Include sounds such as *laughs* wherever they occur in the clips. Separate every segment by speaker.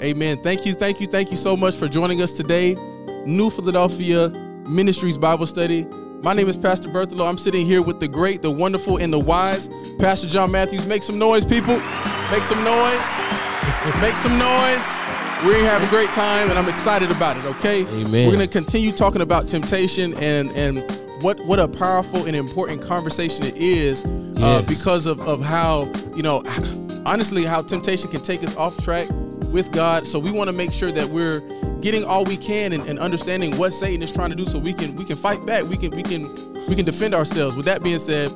Speaker 1: Amen. Thank you, thank you, thank you so much for joining us today. New Philadelphia Ministries Bible Study. My name is Pastor Berthelo. I'm sitting here with the great, the wonderful, and the wise Pastor John Matthews. Make some noise, people. Make some noise. Make some noise. We're gonna have a great time, and I'm excited about it. Okay.
Speaker 2: Amen.
Speaker 1: We're gonna continue talking about temptation and and what what a powerful and important conversation it is uh,
Speaker 2: Yes.
Speaker 1: because of of how you know honestly how temptation can take us off track with God. So we want to make sure that we're getting all we can and, and understanding what Satan is trying to do, so we can we can fight back. We can we can we can defend ourselves. With that being said.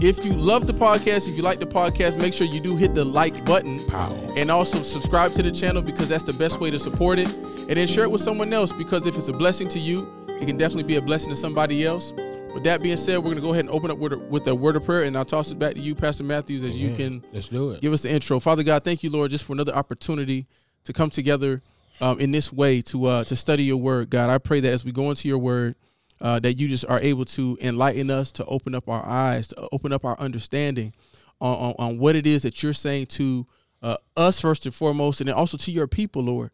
Speaker 1: If you love the podcast, if you like the podcast, make sure you do hit the like button
Speaker 2: Pow.
Speaker 1: and also subscribe to the channel because that's the best way to support it and then share it with someone else because if it's a blessing to you it can definitely be a blessing to somebody else with that being said we're going to go ahead and open up with a, with a word of prayer and i'll toss it back to you pastor matthews as you can
Speaker 2: Let's do it.
Speaker 1: give us the intro father god thank you lord just for another opportunity to come together um, in this way to uh, to study your word god i pray that as we go into your word uh, that you just are able to enlighten us to open up our eyes to open up our understanding on, on, on what it is that you're saying to uh, us first and foremost and then also to your people lord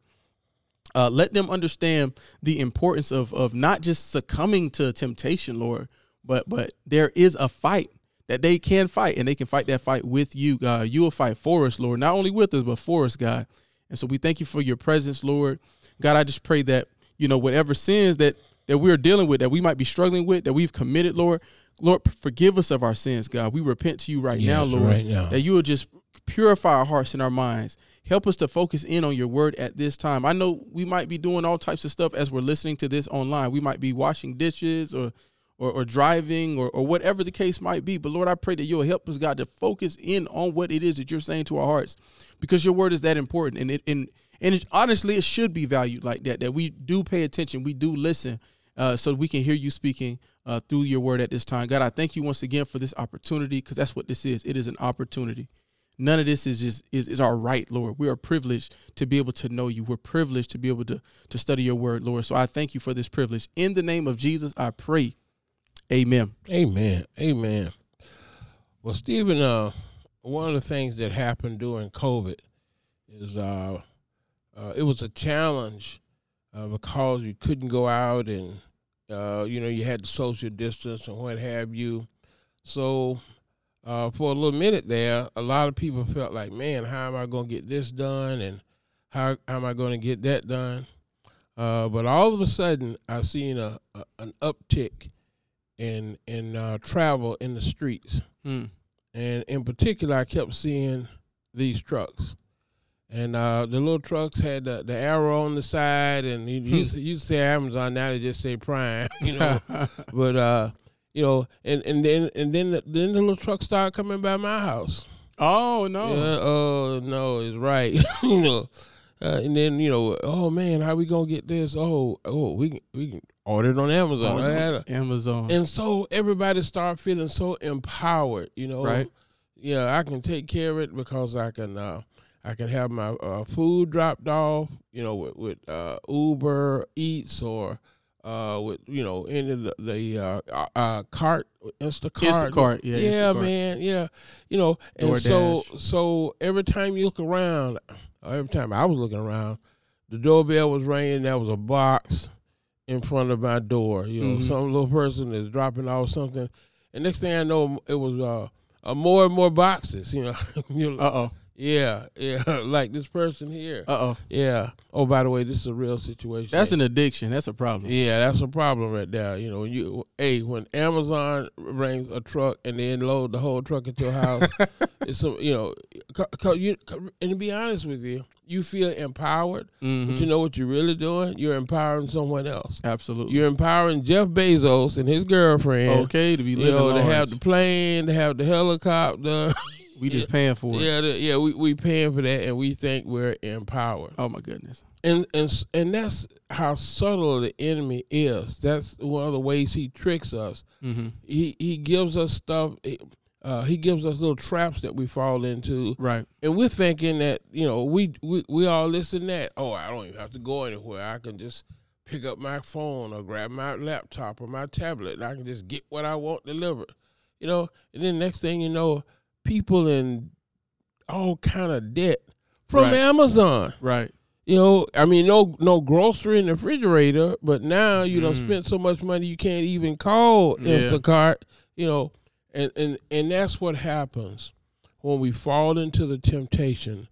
Speaker 1: uh, let them understand the importance of of not just succumbing to temptation, Lord, but but there is a fight that they can fight, and they can fight that fight with you, God. You will fight for us, Lord, not only with us but for us, God. And so we thank you for your presence, Lord. God, I just pray that you know whatever sins that that we're dealing with, that we might be struggling with, that we've committed, Lord. Lord, forgive us of our sins, God. We repent to you right
Speaker 2: Yes,
Speaker 1: now, Lord.
Speaker 2: right now.
Speaker 1: That you will just purify our hearts and our minds. Help us to focus in on your word at this time. I know we might be doing all types of stuff as we're listening to this online. We might be washing dishes or or, or driving or, or whatever the case might be. But Lord, I pray that you'll help us, God, to focus in on what it is that you're saying to our hearts. Because your word is that important. And it and and it, honestly it should be valued like that, that we do pay attention, we do listen, uh, so we can hear you speaking uh, through your word at this time. God, I thank you once again for this opportunity, because that's what this is. It is an opportunity. None of this is just is, is our right, Lord. We are privileged to be able to know you. We're privileged to be able to to study your word, Lord. So I thank you for this privilege. In the name of Jesus, I pray. Amen.
Speaker 2: Amen. Amen. Well, Stephen, uh, one of the things that happened during COVID is uh, uh, it was a challenge uh, because you couldn't go out and, uh, you know, you had to social distance and what have you. So uh, for a little minute there, a lot of people felt like, man, how am I going to get this done? And how, how am I going to get that done? Uh, but all of a sudden, I've seen a, a an uptick in in uh, travel in the streets,
Speaker 1: Hmm.
Speaker 2: and in particular, I kept seeing these trucks, and uh, the little trucks had the, the arrow on the side, and you
Speaker 1: Hmm.
Speaker 2: you, you say Amazon now they just say Prime, *laughs*
Speaker 1: *laughs*
Speaker 2: you know, but uh, you know, and and then and then the, then the little trucks started coming by my house.
Speaker 1: oh no.
Speaker 2: Yeah, oh no, it's right. *laughs* you know, uh, and then you know, oh man, how we gonna get this? Oh, oh, we can, we can order it on Amazon.
Speaker 1: Oh,
Speaker 2: I had
Speaker 1: no.
Speaker 2: a-
Speaker 1: Amazon.
Speaker 2: and so everybody started feeling so empowered. You know,
Speaker 1: Right.
Speaker 2: Yeah, I can take care of it because I can. Uh, I can have my uh, food dropped off. You know, with, with uh, Uber Eats or. Uh, with you know, any of the, the uh, uh, uh, cart, Instacart,
Speaker 1: Instacart. Yeah.
Speaker 2: yeah,
Speaker 1: Instacart.
Speaker 2: man. Yeah, you know, and so
Speaker 1: DoorDash.
Speaker 2: so every time you look around, or every time I was looking around, the doorbell was ringing. There was a box in front of my door. You know,
Speaker 1: Mhm.
Speaker 2: some little person is dropping off something, and next thing I know, it was uh, uh more and more boxes. You know, *laughs* You're like,
Speaker 1: Uh oh.
Speaker 2: yeah, yeah, *laughs* like this person here.
Speaker 1: Uh oh.
Speaker 2: yeah. Oh, by the way, this is a real situation.
Speaker 1: That's an addiction. That's a problem.
Speaker 2: Yeah, that's a problem right there. You know, when you hey, when Amazon brings a truck and then load the whole truck into
Speaker 1: *laughs*
Speaker 2: your house, it's some you know, co- co- you, co- and to be honest with you, you feel empowered.
Speaker 1: Mhm.
Speaker 2: But you know what you're really doing? You're empowering someone else.
Speaker 1: Absolutely.
Speaker 2: You're empowering Jeff Bezos and his girlfriend.
Speaker 1: okay to be
Speaker 2: You
Speaker 1: living
Speaker 2: know, to
Speaker 1: large.
Speaker 2: have the plane, to have the helicopter. *laughs*
Speaker 1: we just paying for it.
Speaker 2: yeah, the, yeah, we we paying for that, and we think we're empowered
Speaker 1: Oh my goodness.
Speaker 2: and and s- and that's how subtle the enemy is. That's one of the ways he tricks us.
Speaker 1: hmm
Speaker 2: He he gives us stuff. eh, Uh, he gives us little traps that we fall into,
Speaker 1: Right.
Speaker 2: and we're thinking that you know we we we all this and that. Oh, I don't even have to go anywhere. I can just pick up my phone or grab my laptop or my tablet, and I can just get what I want delivered. You know, and then next thing you know, people in all kind of debt from
Speaker 1: Right.
Speaker 2: Amazon.
Speaker 1: Right.
Speaker 2: You know, I mean, no, no grocery in the refrigerator, but now you don't
Speaker 1: Mm.
Speaker 2: spend so much money you can't even call
Speaker 1: Yeah.
Speaker 2: Instacart. You know, and and and that's what happens when we fall into the temptation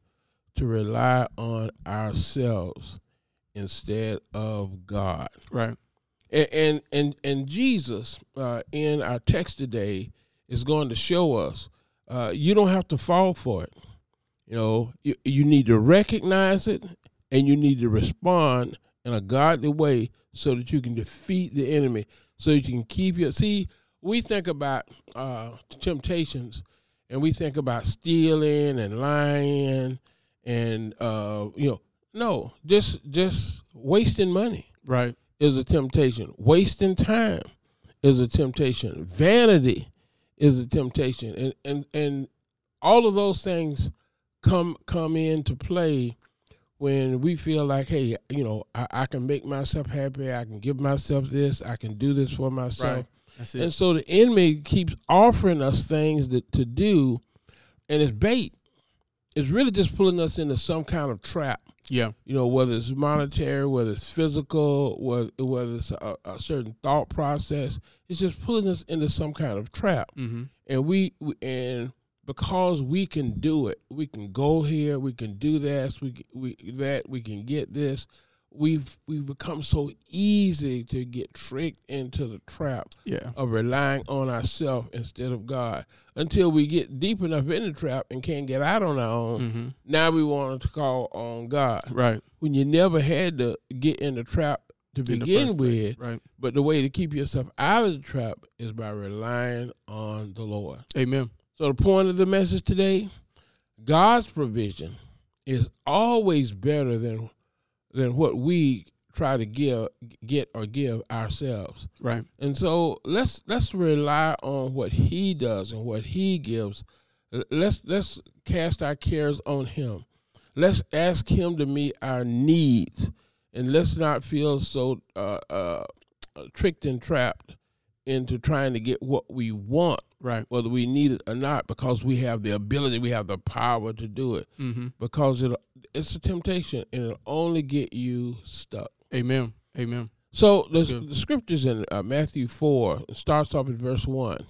Speaker 2: to rely on ourselves instead of God.
Speaker 1: Right.
Speaker 2: And and and, and Jesus uh, in our text today is going to show us uh, you don't have to fall for it. You know, you, you need to recognize it and you need to respond in a godly way so that you can defeat the enemy, so you can keep your. See, we think about uh, temptations and we think about stealing and lying and, uh, you know, no, just just wasting money
Speaker 1: Right.
Speaker 2: is a temptation. Wasting time is a temptation. Vanity is a temptation. And and and all of those things come come into play when we feel like, hey, you know, I, I can make myself happy, I can give myself this, I can do this for myself.
Speaker 1: Right. That's it.
Speaker 2: And so the enemy keeps offering us things that to do and it's bait. It's really just pulling us into some kind of trap
Speaker 1: yeah.
Speaker 2: you know, whether it's monetary, whether it's physical, whether, whether it's a, a certain thought process, it's just pulling us into some kind of trap.
Speaker 1: Mm-hmm.
Speaker 2: And we, we- and because we can do it, we can go here, we can do this, we c- we that we can get this. We've we've become so easy to get tricked into the trap
Speaker 1: Yeah.
Speaker 2: of relying on ourselves instead of God until we get deep enough in the trap and can't get out on our own.
Speaker 1: Mm-hmm.
Speaker 2: Now we want to call on God
Speaker 1: Right.
Speaker 2: when you never had to get in the trap to
Speaker 1: In the
Speaker 2: begin
Speaker 1: first place.
Speaker 2: with.
Speaker 1: Right.
Speaker 2: But the way to keep yourself out of the trap is by relying on the Lord.
Speaker 1: Amen.
Speaker 2: So the point of the message today, God's provision is always better than than what we try to give get or give ourselves.
Speaker 1: Right.
Speaker 2: And so let's let's rely on what he does and what he gives. L- Let's let's cast our cares on him. Let's ask him to meet our needs, and let's not feel so uh, uh, tricked and trapped into trying to get what we want,
Speaker 1: Right.
Speaker 2: whether we need it or not, because we have the ability, we have the power to do it.
Speaker 1: Mm-hmm.
Speaker 2: Because it it's a temptation, and it'll only get you stuck.
Speaker 1: Amen. Amen.
Speaker 2: So the,
Speaker 1: That's good.
Speaker 2: the scriptures in uh, Matthew 4 it starts off at verse 1.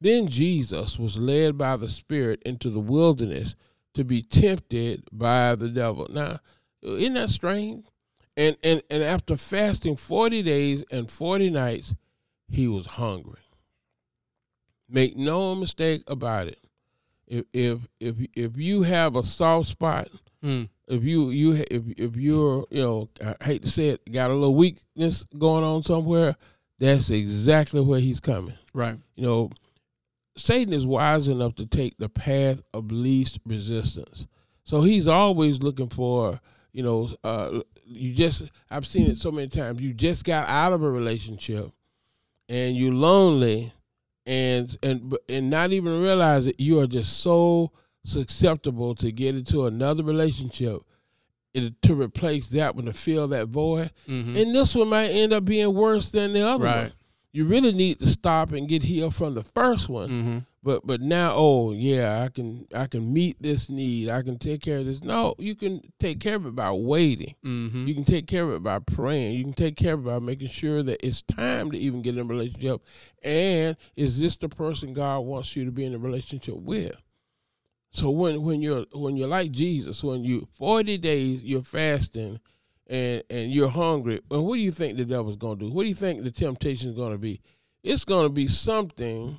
Speaker 2: Then Jesus was led by the Spirit into the wilderness to be tempted by the devil. Now, uh, isn't that strange? And, and, and after fasting 40 days and 40 nights, he was hungry. Make no mistake about it. If, if, if, if you have a soft spot
Speaker 1: Mm.
Speaker 2: if you you ha- if if you're you know I hate to say it got a little weakness going on somewhere, that's exactly where he's coming.
Speaker 1: Right.
Speaker 2: You know, Satan is wise enough to take the path of least resistance, so he's always looking for you know uh, you just I've seen it so many times. You just got out of a relationship, and you're lonely, and and but- and not even realize that you are just so susceptible to get into another relationship and to replace that one to fill that void.
Speaker 1: Mm-hmm.
Speaker 2: And this one might end up being worse than the other
Speaker 1: Right.
Speaker 2: one. You really need to stop and get healed from the first one.
Speaker 1: Mm-hmm.
Speaker 2: But but now, oh yeah, I can I can meet this need. I can take care of this. No, you can take care of it by waiting.
Speaker 1: Mm-hmm.
Speaker 2: You can take care of it by praying. You can take care of it by making sure that it's time to even get in a relationship. And is this the person God wants you to be in a relationship with? So when when you're when you're like Jesus, when you forty days you're fasting and and you're hungry, well, what do you think the devil's gonna do? What do you think the temptation is gonna be? It's gonna be something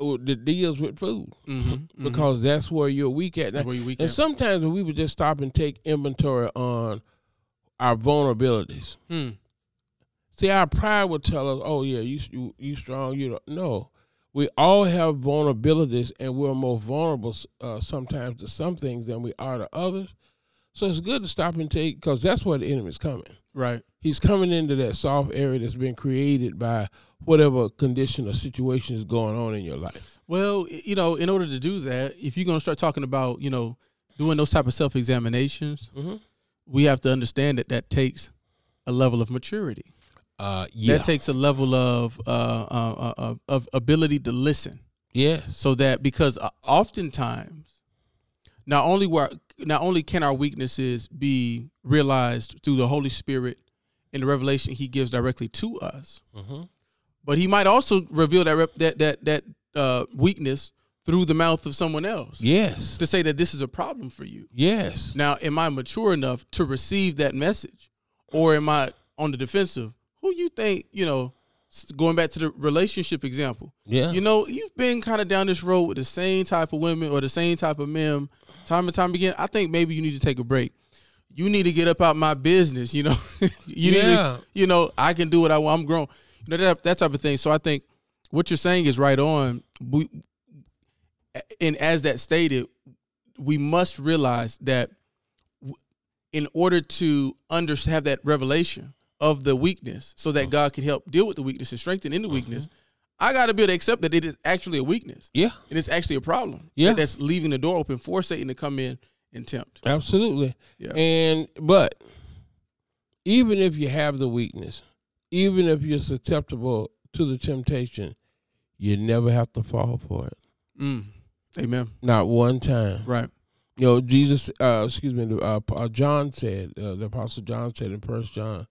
Speaker 2: that deals with food
Speaker 1: *laughs* Mm-hmm.
Speaker 2: because that's where you're weak at. Now,
Speaker 1: where you weak
Speaker 2: and
Speaker 1: at.
Speaker 2: sometimes we would just stop and take inventory on our vulnerabilities.
Speaker 1: Mm.
Speaker 2: See, our pride would tell us, "Oh yeah, you you, you strong." You don't. no. We all have vulnerabilities, and we're more vulnerable uh, sometimes to some things than we are to others. So it's good to stop and take because that's where the enemy's coming.
Speaker 1: Right.
Speaker 2: He's coming into that soft area that's been created by whatever condition or situation is going on in your life.
Speaker 1: Well, i- you know, in order to do that, if you're going to start talking about, you know, doing those type of self examinations,
Speaker 2: Mm-hmm.
Speaker 1: we have to understand that that takes a level of maturity.
Speaker 2: Uh, yeah.
Speaker 1: That takes a level of uh, uh, uh, uh, of ability to listen,
Speaker 2: yes.
Speaker 1: so that because uh, oftentimes, not only were not only can our weaknesses be realized through the Holy Spirit and the revelation He gives directly to us,
Speaker 2: Mm-hmm.
Speaker 1: but He might also reveal that rep, that that that uh, weakness through the mouth of someone else
Speaker 2: Yes.
Speaker 1: to say that this is a problem for you.
Speaker 2: Yes.
Speaker 1: Now, am I mature enough to receive that message, or am I on the defensive? Who you think you know? s- Going back to the relationship example,
Speaker 2: Yeah.
Speaker 1: you know, you've been kind of down this road with the same type of women or the same type of men time and time again. I think maybe you need to take a break. You need to get up out my business. You know, *laughs* you need
Speaker 2: Yeah.
Speaker 1: to, you know, I can do what I want. I'm grown. You know that that type of thing. So I think what you're saying is right on. We and as that stated, we must realize that w- in order to under have that revelation of the weakness, so that God can help deal with the weakness and strengthen in the weakness, I got to be able to accept that it is actually a weakness
Speaker 2: yeah.
Speaker 1: and it's actually a problem.
Speaker 2: Yeah.
Speaker 1: That- that's leaving the door open for Satan to come in and tempt.
Speaker 2: Absolutely.
Speaker 1: Yeah.
Speaker 2: And but even if you have the weakness, even if you're susceptible to the temptation, you never have to fall for it.
Speaker 1: Mm. Amen.
Speaker 2: Not one time.
Speaker 1: Right.
Speaker 2: You know, Jesus. Uh, excuse me. the, Uh, uh, John said. Uh, the Apostle John said in First John,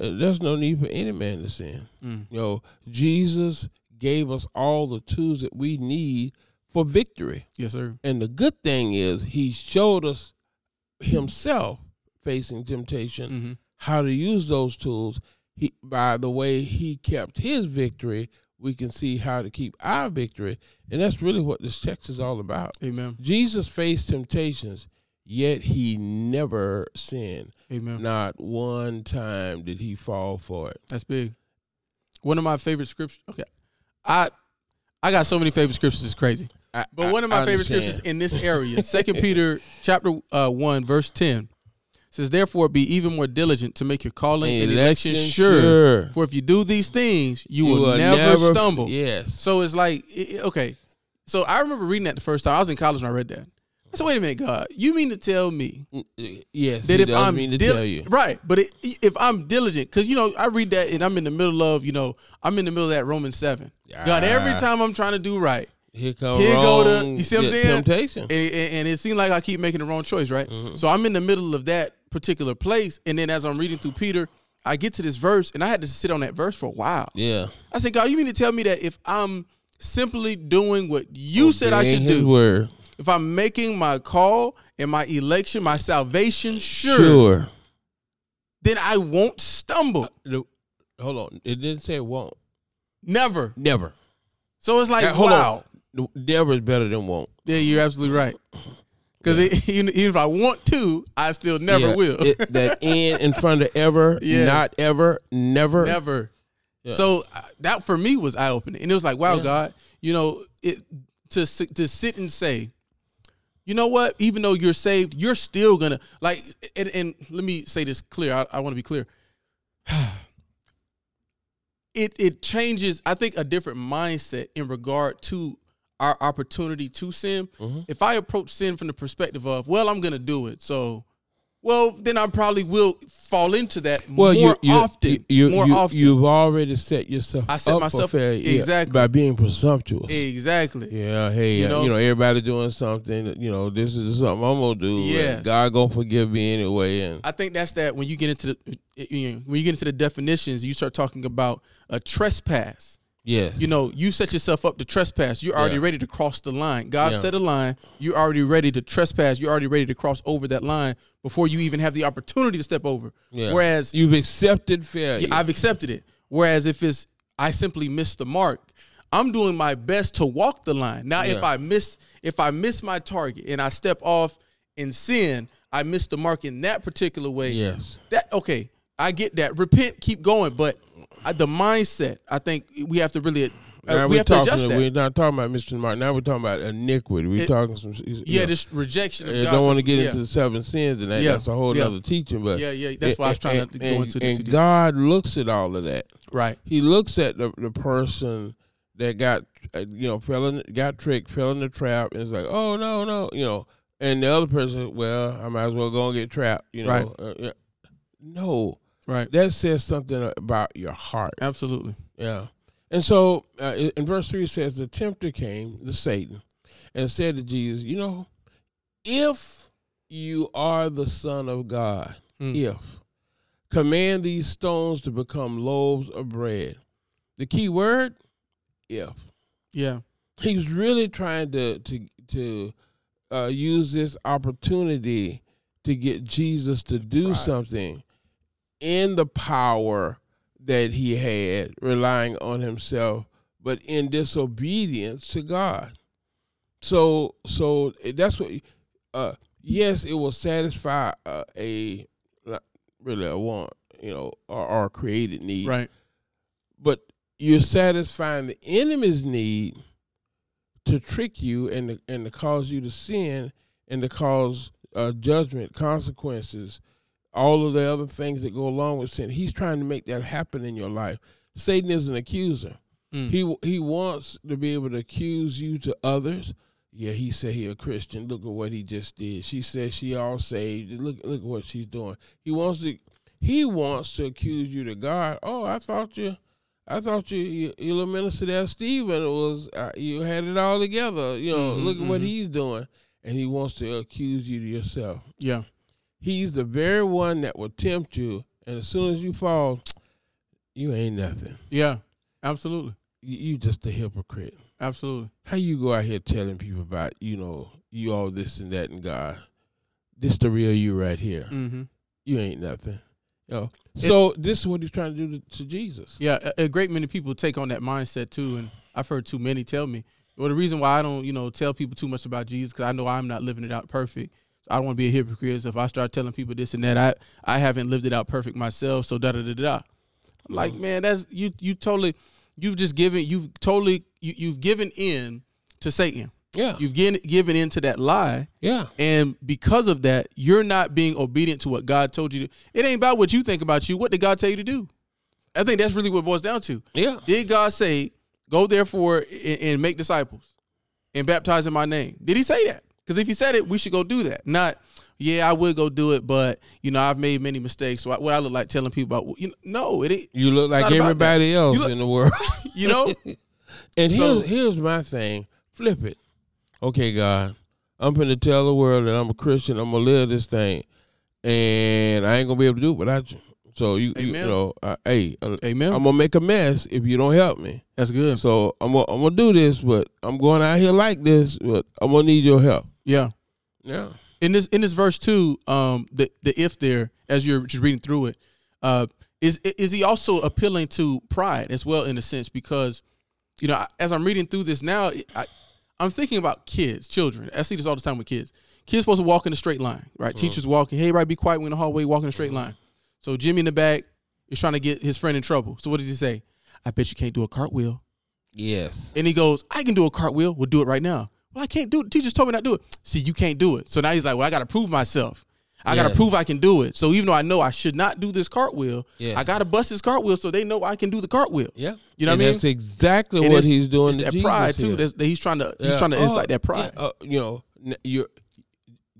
Speaker 2: uh, "There's no need for any man to sin."
Speaker 1: Mm.
Speaker 2: You know, Jesus gave us all the tools that we need for victory.
Speaker 1: Yes, sir.
Speaker 2: And the good thing is, he showed us himself facing temptation
Speaker 1: hmm
Speaker 2: how to use those tools. He, by the way, he kept his victory. We can see how to keep our victory, and that's really what this text is all about.
Speaker 1: Amen.
Speaker 2: Jesus faced temptations, yet he never sinned.
Speaker 1: Amen.
Speaker 2: Not one time did he fall for it.
Speaker 1: That's big. One of my favorite scriptures. Okay, I I got so many favorite scriptures. It's crazy.
Speaker 2: I-
Speaker 1: But
Speaker 2: I-
Speaker 1: one of my
Speaker 2: I
Speaker 1: favorite
Speaker 2: understand.
Speaker 1: scriptures in this *laughs* area, Second Peter chapter uh, one verse ten, says, "Therefore, be even more diligent to make your calling and election, sure. For if you do these things, you, will, never,
Speaker 2: f-
Speaker 1: stumble."
Speaker 2: Yes.
Speaker 1: So it's like, it- it- okay. So I remember reading that the first time I was in college and I read that. I said, "Wait a minute, God, you mean to tell me
Speaker 2: yes.
Speaker 1: uh, that
Speaker 2: he
Speaker 1: if
Speaker 2: does
Speaker 1: I'm
Speaker 2: mean to
Speaker 1: dil-
Speaker 2: tell you,
Speaker 1: right, but it, e, if I'm diligent, because you know I read that and I'm in the middle of you know I'm in the middle of that Romans seven. God, every
Speaker 2: Ah.
Speaker 1: time I'm trying to do right,
Speaker 2: here come
Speaker 1: Here go the-
Speaker 2: wrong
Speaker 1: you see what I'm
Speaker 2: te-
Speaker 1: saying?
Speaker 2: Temptation.
Speaker 1: and, and- and it seemed like I keep making the wrong choice, right?
Speaker 2: Mm-hmm.
Speaker 1: So I'm in the middle of that particular place, and then as I'm reading through Peter, I get to this verse, and I had to sit on that verse for a while.
Speaker 2: yeah.
Speaker 1: I said, God, you mean to tell me that if I'm simply doing what you said I
Speaker 2: Obeying
Speaker 1: should
Speaker 2: Oh, his
Speaker 1: do,
Speaker 2: Word.
Speaker 1: if I'm making my call and my election, my salvation sure,
Speaker 2: Sure.
Speaker 1: then I won't stumble.
Speaker 2: The- hold on. It didn't say it won't.
Speaker 1: Never.
Speaker 2: Never.
Speaker 1: So it's like,
Speaker 2: Now, hold
Speaker 1: wow.
Speaker 2: on. The- Never is better than won't.
Speaker 1: Yeah, you're absolutely right. Because even even if I want to, I still never
Speaker 2: Yeah,
Speaker 1: will. *laughs*
Speaker 2: it- that in in front of ever,
Speaker 1: Yes.
Speaker 2: not ever, never.
Speaker 1: never.
Speaker 2: Yeah.
Speaker 1: So uh, that for me was eye opening, and it was like, wow,
Speaker 2: Yeah.
Speaker 1: God, you know, it to si- to sit and say, you know what? Even though you're saved, you're still gonna like. And, and let me say this clear. I, I want to be clear. it it changes. I think a different mindset in regard to our opportunity to sin.
Speaker 2: Mhm.
Speaker 1: If I approach sin from the perspective of, well, I'm gonna do it, so. Well, then I probably will fall into that more
Speaker 2: Well, you, you,
Speaker 1: often.
Speaker 2: you, you,
Speaker 1: more
Speaker 2: you,
Speaker 1: often.
Speaker 2: You've already set yourself.
Speaker 1: I set
Speaker 2: up
Speaker 1: myself-
Speaker 2: for failure, yeah,
Speaker 1: exactly.
Speaker 2: by being presumptuous.
Speaker 1: Exactly.
Speaker 2: Yeah, hey,
Speaker 1: You
Speaker 2: you know,
Speaker 1: know?
Speaker 2: you know, everybody doing something. You know, this is something I'm gonna do. and
Speaker 1: Yes.
Speaker 2: God gonna forgive me anyway. And
Speaker 1: I think that's that when you get into the you know, when you get into the definitions, you start talking about a trespass.
Speaker 2: yes,
Speaker 1: You know, you set yourself up to trespass. You're already
Speaker 2: Yeah.
Speaker 1: ready to cross the line. God
Speaker 2: Yeah.
Speaker 1: set a line. You're already ready to trespass. You're already ready to cross over that line before you even have the opportunity to step over.
Speaker 2: Yeah.
Speaker 1: Whereas
Speaker 2: you've accepted failure.
Speaker 1: Yeah, I've accepted it. Whereas if it's I simply missed the mark, I'm doing my best to walk the line. Now if
Speaker 2: Yeah.
Speaker 1: I miss if I miss my target and I step off and sin, I missed the mark in that particular way.
Speaker 2: yes,
Speaker 1: That okay, I get that. Repent, keep going, but I, the mindset, I think we have to really uh,
Speaker 2: Now
Speaker 1: we
Speaker 2: we're
Speaker 1: have to
Speaker 2: talking,
Speaker 1: adjust that.
Speaker 2: We're not talking about Mr. Martin. Now we're talking about iniquity. We're
Speaker 1: It-
Speaker 2: talking some. you
Speaker 1: yeah,
Speaker 2: know,
Speaker 1: this rejection of
Speaker 2: I
Speaker 1: God.
Speaker 2: don't want to get
Speaker 1: yeah.
Speaker 2: into the seven sins and that.
Speaker 1: Yeah.
Speaker 2: That's a whole
Speaker 1: Yeah.
Speaker 2: other teaching. But
Speaker 1: Yeah, yeah, that's why I was trying not to go
Speaker 2: and,
Speaker 1: into the
Speaker 2: And
Speaker 1: too deep.
Speaker 2: God looks at all of that.
Speaker 1: right.
Speaker 2: He looks at the, the person that got uh, you know fell in, got tricked, fell in the trap, and is like, oh no, no, you know. And the other person, well, I might as well go and get trapped, you know.
Speaker 1: Right.
Speaker 2: Uh, yeah. no,
Speaker 1: Right.
Speaker 2: that says something about your heart.
Speaker 1: Absolutely.
Speaker 2: Yeah. And so uh, in- in verse 3 it says, The tempter came, the Satan, and said to Jesus, You know, if you are the Son of God,
Speaker 1: Hmm.
Speaker 2: if command these stones to become loaves of bread. The key word, if.
Speaker 1: Yeah.
Speaker 2: He's really trying to to to uh, use this opportunity to get Jesus to do
Speaker 1: Right.
Speaker 2: something in the power that he had, relying on himself, but in disobedience to God. So so eh, that's what. Uh, yes, it will satisfy uh, a not really a want, you know, or, or a created need
Speaker 1: Right.
Speaker 2: but you're satisfying the enemy's need to trick you and to, and to cause you to sin and to cause uh, judgment, consequences, all of the other things that go along with sin. He's trying to make that happen in your life. Satan is an accuser.
Speaker 1: Mm.
Speaker 2: He he wants to be able to accuse you to others. Yeah, he said he a Christian. Look at what he just did. She said she all saved. Look look at what she's doing. He wants to he wants to accuse you to God. Oh, I thought you, I thought you you, you little minister there, Stephen was uh, you had it all together. You know,
Speaker 1: Mhm,
Speaker 2: look at what
Speaker 1: mhm.
Speaker 2: he's doing, and he wants to accuse you to yourself.
Speaker 1: yeah.
Speaker 2: He's the very one that will tempt you, and as soon as you fall, you ain't nothing.
Speaker 1: Yeah. Absolutely.
Speaker 2: You, you just a hypocrite.
Speaker 1: Absolutely.
Speaker 2: How you go out here telling people about you know you all this and that and God? This the real you right here.
Speaker 1: hmm
Speaker 2: You ain't nothing. You know, so this is what he's trying to do to, to Jesus.
Speaker 1: Yeah. A, a great many people take on that mindset too, and I've heard too many tell me. Well, the reason why I don't, you know, tell people too much about Jesus because I know I'm not living it out perfect. So I don't want to be a hypocrite. So if I start telling people this and that, I I haven't lived it out perfect myself. So da da da da. I'm like, man, that's you. You totally, you've just given, you've totally, you, you've given in to Satan.
Speaker 2: Yeah.
Speaker 1: You've given given in to that lie.
Speaker 2: yeah.
Speaker 1: And because of that, you're not being obedient to what God told you to. It ain't about what you think about you. What did God tell you to do? I think that's really what it boils down to.
Speaker 2: Yeah.
Speaker 1: Did God say, go therefore and, and make disciples and baptize in my name? Did he say that? Because if he said it, we should go do that. Not, yeah, I would go do it, but you know, I've made many mistakes. So I, what I look like telling people about, you know, no, it ain't,
Speaker 2: You look like
Speaker 1: not about
Speaker 2: everybody else
Speaker 1: You look-
Speaker 2: in the world.
Speaker 1: you know,
Speaker 2: and
Speaker 1: So-
Speaker 2: here's, here's my thing flip it. Okay, God, I'm going to tell the world that I'm a Christian. I'm going to live this thing. And I ain't going to be able to do it without you. So, you, you, you
Speaker 1: Amen.
Speaker 2: know, uh, hey, uh,
Speaker 1: amen.
Speaker 2: I'm going to make a mess if you don't help me.
Speaker 1: that's good.
Speaker 2: So, I'm going to I'm gonna do this, but I'm going out here like this, but I'm going to need your help.
Speaker 1: Yeah.
Speaker 2: Yeah.
Speaker 1: in this in this verse too, um, the the if there as you're just reading through it, uh, is is he also appealing to pride as well in a sense because, you know, I- as I'm reading through this now, I, I'm thinking about kids, children. I see this all the time with kids. Kids supposed to walk in a straight line, right? Teachers walking, hey, right, be quiet. We in the hallway, walk in a straight line. So Jimmy in the back is trying to get his friend in trouble. So what does he say? I bet you can't do a cartwheel.
Speaker 2: Yes.
Speaker 1: And he goes, I can do a cartwheel. We'll do it right now. Well, I can't do it. Teachers told me not to do it. See, you can't do it. So now he's like, well, I got to prove myself. I got to
Speaker 2: Yes.
Speaker 1: prove I can do it. So even though I know I should not do this cartwheel,
Speaker 2: Yes.
Speaker 1: I got to bust this cartwheel so they know I can do the cartwheel.
Speaker 2: Yeah.
Speaker 1: You know
Speaker 2: And
Speaker 1: what I mean?
Speaker 2: That's exactly
Speaker 1: And
Speaker 2: what
Speaker 1: it's-
Speaker 2: he's doing
Speaker 1: It's
Speaker 2: to
Speaker 1: that
Speaker 2: Jesus
Speaker 1: pride too.
Speaker 2: here.
Speaker 1: That's, that he's trying to he's
Speaker 2: Yeah.
Speaker 1: trying to
Speaker 2: Oh,
Speaker 1: incite that pride.
Speaker 2: yeah. Uh, you know, n- you're,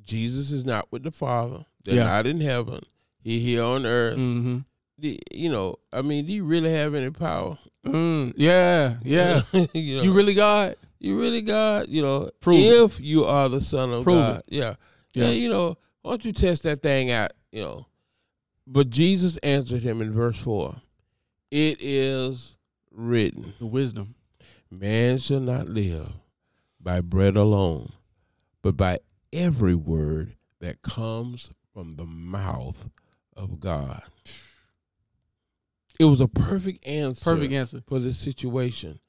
Speaker 2: Jesus is not with the Father. They're
Speaker 1: Yeah.
Speaker 2: not in heaven. He here on earth.
Speaker 1: Mm-hmm.
Speaker 2: The- you know, I mean, do you really have any power?
Speaker 1: Mm, yeah, yeah.
Speaker 2: *laughs* you, know,
Speaker 1: You
Speaker 2: you,
Speaker 1: really God?
Speaker 2: really God. You know,
Speaker 1: Prove it.
Speaker 2: if you are the Son of
Speaker 1: Prove it.
Speaker 2: God, yeah. yeah,
Speaker 1: Yeah.
Speaker 2: You know, why don't you test that thing out? You know, but Jesus answered him in verse four. It is written.
Speaker 1: The wisdom.
Speaker 2: Man shall not live by bread alone, but by every word that comes from the mouth of God. It was a perfect answer
Speaker 1: Perfect answer.
Speaker 2: for this situation,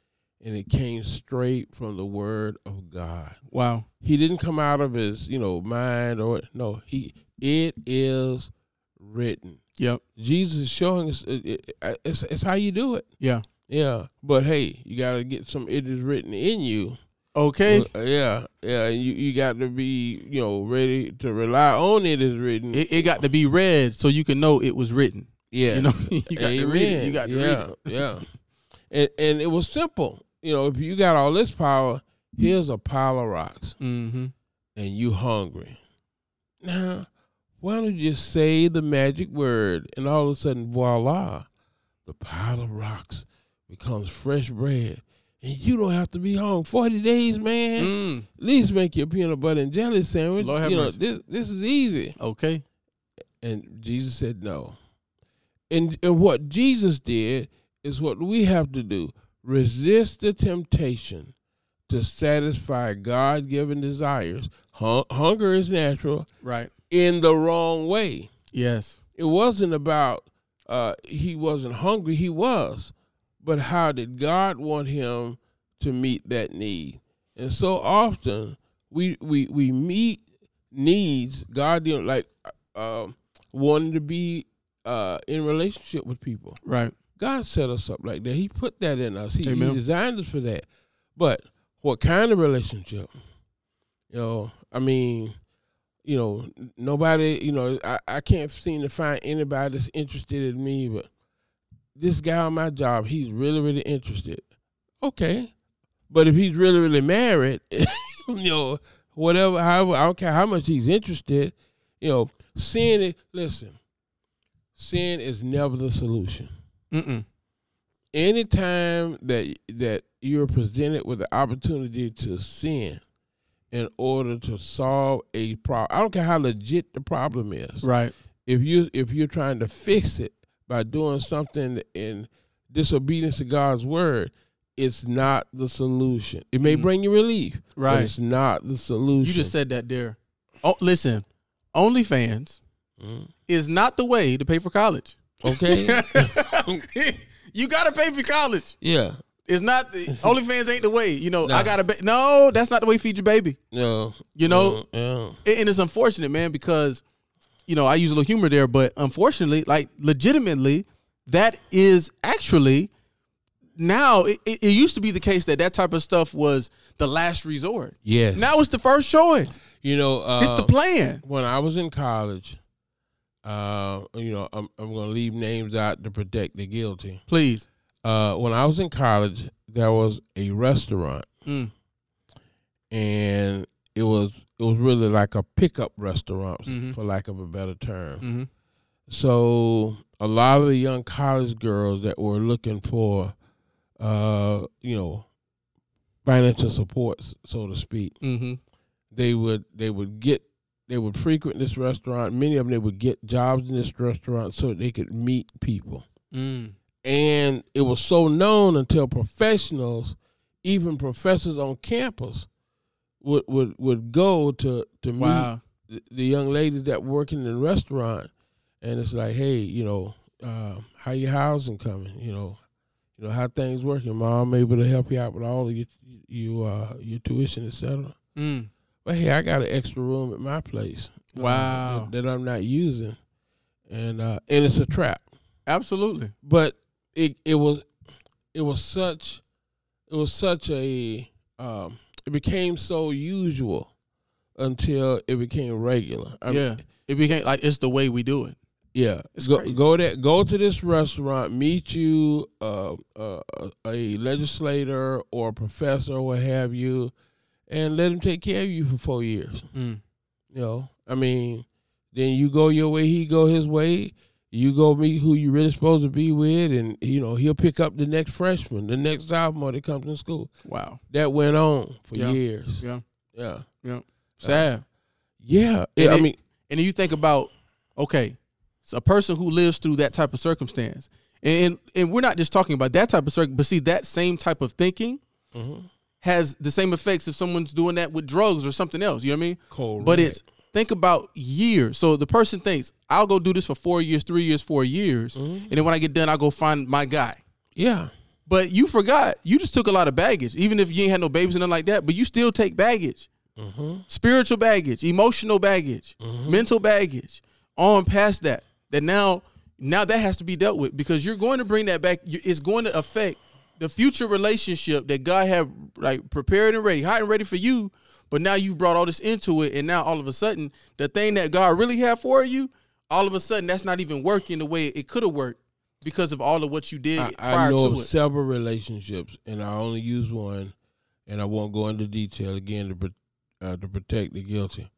Speaker 2: and it came straight from the word of God.
Speaker 1: Wow.
Speaker 2: He didn't come out of his, you know, mind or no, he it is written.
Speaker 1: Yep.
Speaker 2: Jesus is showing us it, it, it's, it's how you do it.
Speaker 1: Yeah.
Speaker 2: Yeah, but hey, you gotta get some it is written in you.
Speaker 1: Okay.
Speaker 2: Uh, Yeah, yeah, you you got to be you know ready to rely on it is written.
Speaker 1: It, it got to be read so you can know it was written.
Speaker 2: yeah,
Speaker 1: You know, *laughs* you got to read it. You
Speaker 2: Amen.
Speaker 1: got to read
Speaker 2: yeah,
Speaker 1: it. *laughs*
Speaker 2: yeah, and and it was simple. You know, if you got all this power, here's a pile of rocks,
Speaker 1: Mm-hmm.
Speaker 2: and you hungry. Now, why don't you just say the magic word, and all of a sudden, voila, the pile of rocks becomes fresh bread, and you don't have to be home forty days, man.
Speaker 1: Mm.
Speaker 2: At least make your peanut butter and jelly sandwich.
Speaker 1: Lord have
Speaker 2: you know,
Speaker 1: mercy.
Speaker 2: this this is easy.
Speaker 1: Okay.
Speaker 2: And Jesus said no. And and what Jesus did is what we have to do. Resist the temptation to satisfy God-given desires. Hun- hunger is natural
Speaker 1: Right.
Speaker 2: in the wrong way.
Speaker 1: Yes.
Speaker 2: it wasn't about uh, he wasn't hungry. He was, but how did God want him to meet that need? And so often we we we meet needs God didn't like uh, wanting to be uh, in relationship with people.
Speaker 1: Right.
Speaker 2: God set us up like that. He put that in us. He, he
Speaker 1: Amen.
Speaker 2: designed us for that. But what kind of relationship? You know, I mean, you know, n- nobody, you know, I, I can't seem to find anybody that's interested in me, but this guy on my job, he's really, really interested. Okay. But if he's really, really married, *laughs* you know, whatever, however, I don't care how much he's interested, you know, sin, is- listen, sin is never the solution
Speaker 1: Mm-mm.
Speaker 2: anytime that that you're presented with the opportunity to sin in order to solve a problem i don't care how legit the problem is
Speaker 1: Right.
Speaker 2: if you if you're trying to fix it by doing something in disobedience to god's word it's not the solution it may
Speaker 1: Mm.
Speaker 2: bring you relief but
Speaker 1: Right.
Speaker 2: it's not the solution
Speaker 1: You just said that there. Oh, listen. OnlyFans
Speaker 2: Mm.
Speaker 1: is not the way to pay for college.
Speaker 2: okay
Speaker 1: *laughs* you gotta pay for college.
Speaker 2: yeah
Speaker 1: It's *laughs* not the OnlyFans ain't the way. You know,
Speaker 2: Nah.
Speaker 1: I gotta. Ba- no, that's not the way you feed your baby.
Speaker 2: no
Speaker 1: You know,
Speaker 2: Mm, yeah
Speaker 1: and and it's unfortunate, man, because you know I use a little humor there, but unfortunately, like legitimately, that is actually now it, it, it used to be the case that that type of stuff was the last resort.
Speaker 2: yes
Speaker 1: Now it's the first choice.
Speaker 2: you know uh,
Speaker 1: It's the plan.
Speaker 2: when I was in college, uh, you know, I'm, I'm going to leave names out to protect the guilty.
Speaker 1: Please.
Speaker 2: Uh, when I was in college, there was a restaurant,
Speaker 1: Mm,
Speaker 2: and it was it was really like a pickup restaurant,
Speaker 1: Mhm.
Speaker 2: for lack of a better term.
Speaker 1: mhm.
Speaker 2: So a lot of the young college girls that were looking for, uh, you know, financial support, s- so to speak,
Speaker 1: Mm-hmm.
Speaker 2: they would they would get they would frequent this restaurant. Many of them they would get jobs in this restaurant so they could meet people.
Speaker 1: Mm.
Speaker 2: And it was so known until professionals, even professors on campus, would would, would go to to meet
Speaker 1: Wow.
Speaker 2: th- the young ladies that working in the restaurant, and it's like, hey, you know, uh, how your housing coming? You know, you know how things working, mom? Able to help you out with all of your you uh, your tuition, et cetera.
Speaker 1: Mm.
Speaker 2: But hey, I got an extra room at my place. uh,
Speaker 1: Wow.
Speaker 2: that, that I'm not using, and uh, and it's a trap.
Speaker 1: Absolutely.
Speaker 2: But it it was it was such it was such a um, it became so usual until it became regular. I
Speaker 1: yeah. It became like it's the way we do it.
Speaker 2: yeah.
Speaker 1: It's
Speaker 2: go
Speaker 1: crazy.
Speaker 2: go to go to this restaurant, meet you uh, uh, a legislator or a professor or what have you, and let him take care of you for four years.
Speaker 1: Mm.
Speaker 2: You know, I mean, then you go your way, he go his way. You go meet who you really supposed to be with, and you know he'll pick up the next freshman, the next sophomore that comes in school.
Speaker 1: Wow.
Speaker 2: That went on for
Speaker 1: Yeah.
Speaker 2: years.
Speaker 1: Yeah.
Speaker 2: Yeah,
Speaker 1: Sad.
Speaker 2: yeah. Yeah, I
Speaker 1: it-
Speaker 2: mean,
Speaker 1: and then you think about okay it's a person who lives through that type of circumstance and and, and we're not just talking about that type of circumstance but see that same type of thinking Mm-hmm.
Speaker 2: mhm.
Speaker 1: has the same effects if someone's doing that with drugs or something else you know what i mean but
Speaker 2: Correct.
Speaker 1: it's think about years so the person thinks i'll go do this for four years three years four years
Speaker 2: Mhm.
Speaker 1: and then when i get done i'll go find my guy
Speaker 2: yeah,
Speaker 1: but you forgot you just took a lot of baggage even if you ain't had no babies and nothing like that but you still take baggage
Speaker 2: hmm
Speaker 1: spiritual baggage, emotional baggage, mental baggage, on past that. That now, now that has to be dealt with because you're going to bring that back. You- It's going to affect the future relationship that God have like prepared and ready, hot and ready for you. But now you've brought all this into it, and now all of a sudden, the thing that God really had for you, all of a sudden, that's not even working the way it could have worked because of all of what you did
Speaker 2: I, I
Speaker 1: prior
Speaker 2: know
Speaker 1: to
Speaker 2: of
Speaker 1: it.
Speaker 2: several relationships, and I only use one, and I won't go into detail again to pro- uh, to protect the guilty.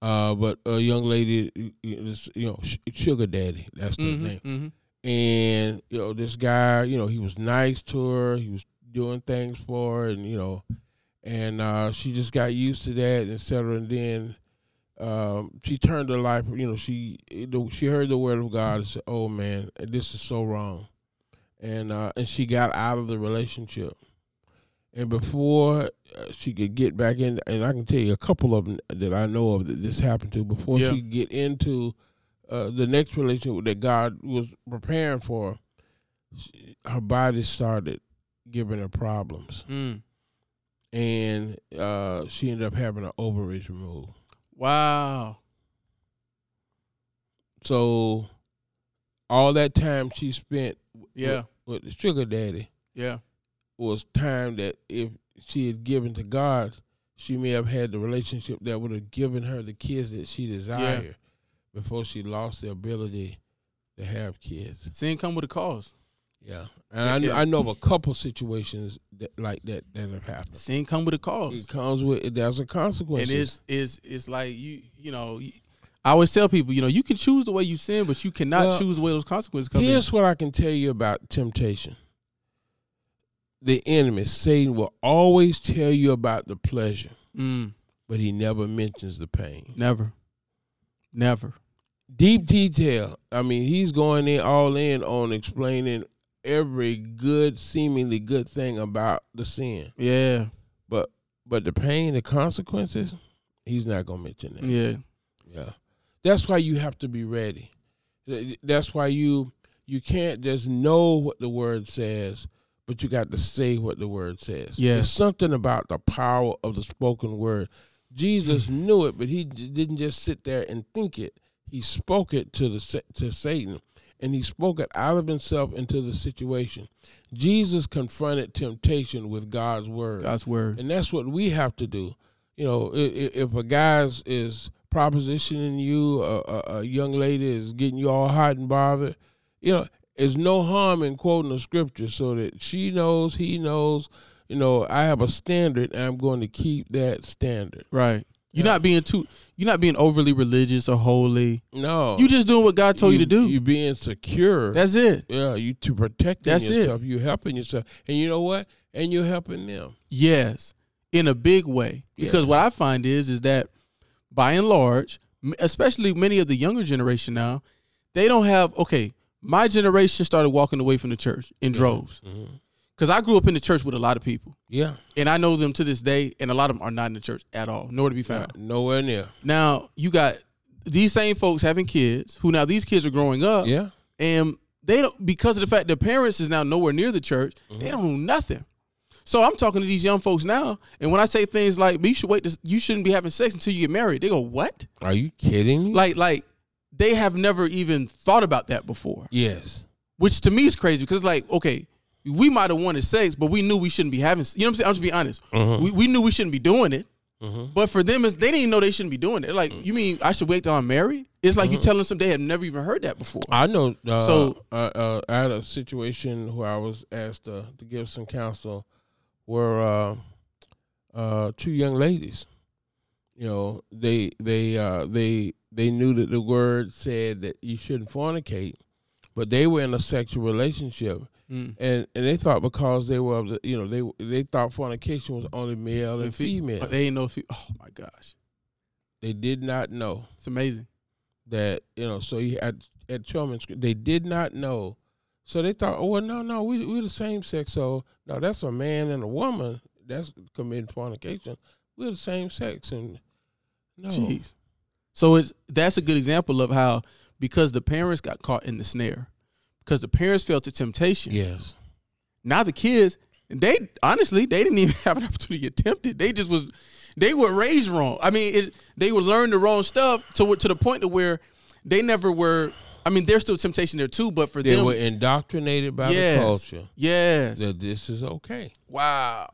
Speaker 2: Uh, but a young lady, y- y- this, you know, Sh- sugar daddy, that's the
Speaker 1: Mhm,
Speaker 2: name.
Speaker 1: mhm.
Speaker 2: And you know, this guy, you know, he was nice to her. He was doing things for her and you know and uh, she just got used to that and et cetera. And then um, she turned her life. You know, she she heard the word of God and said, "Oh man, this is so wrong," and uh, and she got out of the relationship. And before uh, she could get back in, and I can tell you a couple of them that I know of that this happened to. Before
Speaker 1: Yeah.
Speaker 2: she could get into uh, the next relationship that God was preparing for, her, she- her body started giving her problems
Speaker 1: Mm.
Speaker 2: and uh, she ended up having an ovaries removed.
Speaker 1: Wow.
Speaker 2: So all that time she spent
Speaker 1: Yeah.
Speaker 2: with the sugar daddy
Speaker 1: Yeah.
Speaker 2: was time that if she had given to God, she may have had the relationship that would have given her the kids that she desired before she lost the ability to have kids.
Speaker 1: Sin come with a cause.
Speaker 2: Yeah, and I, kn-
Speaker 1: Yeah.
Speaker 2: I know of a couple situations that like that that have happened.
Speaker 1: Sin come with a
Speaker 2: It
Speaker 1: cause.
Speaker 2: comes with there's a consequence.
Speaker 1: And it's it's it's like you you know. you- I always tell people, you know, you can choose the way you sin, but you cannot
Speaker 2: Well,
Speaker 1: choose the way those consequences come in.
Speaker 2: Here's what I can tell you about temptation. The enemy, Satan, will always tell you about the pleasure,
Speaker 1: Mm,
Speaker 2: but he never mentions the pain.
Speaker 1: never, never.
Speaker 2: Deep detail. I mean, he's going in all in on explaining every good, seemingly good thing about the sin,
Speaker 1: Yeah,
Speaker 2: but but the pain, the consequences, he's not going to mention that.
Speaker 1: yeah,
Speaker 2: Yeah, that's why you have to be ready. Th- That's why you you can't just know what the word says, but you got to say what the word says.
Speaker 1: Yeah.
Speaker 2: there's something about the power of the spoken word. Jesus knew it, but he d- didn't just sit there and think it. He spoke it to the sa- to Satan, and he spoke it out of himself into the situation. Jesus confronted temptation with God's word
Speaker 1: God's word.
Speaker 2: and that's what we have to do. You know, i- i- if a guy's is propositioning you, a, a, a young lady is getting you all hot and bothered, you know, it's no harm in quoting the scripture so that she knows, he knows. You know, I have a standard, and I'm going to keep that standard.
Speaker 1: Right. You're
Speaker 2: Yeah.
Speaker 1: not being too. You're not being overly religious or holy.
Speaker 2: No,
Speaker 1: You just doing what God told you, to do.
Speaker 2: Oh. You being secure.
Speaker 1: That's it.
Speaker 2: yeah, you to protecting
Speaker 1: That's it.
Speaker 2: yourself. You helping yourself, and you know what? And you're helping them.
Speaker 1: Yes, in a big way. Because
Speaker 2: Yes.
Speaker 1: what I find is is that by and large, m- especially many of the younger generation now, they don't have. Okay, my generation started walking away from the church in droves.
Speaker 2: Mhm.
Speaker 1: Because I grew up in the church with a lot of people,
Speaker 2: Yeah,
Speaker 1: and I know them to this day, and a lot of them are not in the church at all, nor to be found.
Speaker 2: Uh, nowhere near.
Speaker 1: Now you got these same folks having kids who now these kids are growing up
Speaker 2: Yeah,
Speaker 1: and they don't because of the fact their parents is now nowhere near the church,
Speaker 2: Mm-hmm.
Speaker 1: they don't know nothing. So I'm talking to these young folks now, and when I say things like "But you should wait, to, you shouldn't be having sex until you get married, they go what?
Speaker 2: are you kidding me?
Speaker 1: Like like they have never even thought about that before,
Speaker 2: yes.
Speaker 1: which to me is crazy because like okay. We might have wanted sex, but we knew we shouldn't be having. s- You know what I'm saying? I'm just be honest.
Speaker 2: Mm-hmm.
Speaker 1: We, we knew we shouldn't be doing it,
Speaker 2: Mhm.
Speaker 1: but for them, it's, they didn't know they shouldn't be doing it. Like,
Speaker 2: Mm.
Speaker 1: you mean I should wait till I'm married? It's like you telling them something they had never even heard that before.
Speaker 2: Mm-hmm. I know. Uh,
Speaker 1: So-
Speaker 2: so uh, uh, I had a situation where I was asked uh, to give some counsel, where uh, uh, two young ladies, you know, they they uh, they they knew that the word said that you shouldn't fornicate, but they were in a sexual relationship,
Speaker 1: Mm.
Speaker 2: and and they thought because they were, of the- you know, they they thought fornication was only male and
Speaker 1: And fe-
Speaker 2: female.
Speaker 1: They ain't know if you, oh my gosh,
Speaker 2: They did not know.
Speaker 1: it's amazing.
Speaker 2: that you know. So he at at Truman, Sc- they did not know, so they thought, oh well, no, no, we we're the same sex. So no, that's a man and a woman that's committing fornication. We're the same sex, and no,
Speaker 1: Jeez. So it's that's a good example of how because the parents got caught in the snare, because the parents fell to temptation.
Speaker 2: yes,
Speaker 1: Now the kids, they honestly they didn't even *laughs* have an opportunity to get tempted. They just was they were raised wrong. I mean, it, they were learned the wrong stuff to to the point to where they never were. I mean, there's still temptation there too, but for
Speaker 2: they
Speaker 1: them,
Speaker 2: were indoctrinated by
Speaker 1: Yes.
Speaker 2: the culture
Speaker 1: yes,
Speaker 2: that this is okay.
Speaker 1: wow,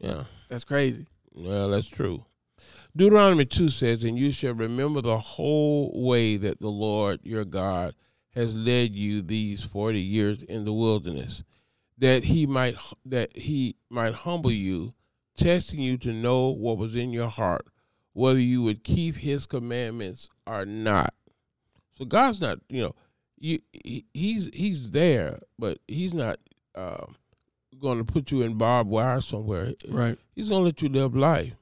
Speaker 2: Yeah,
Speaker 1: that's crazy.
Speaker 2: well, that's true. Deuteronomy 2 says, And you shall remember the whole way that the Lord your God has led you these 40 years in the wilderness, that he might that he might humble you, testing you to know what was in your heart, whether you would keep his commandments or not. So God's not, you know, you he, he's he's there, but he's not um going to put you in barbed wire somewhere.
Speaker 1: Right.
Speaker 2: He's going to let you live life.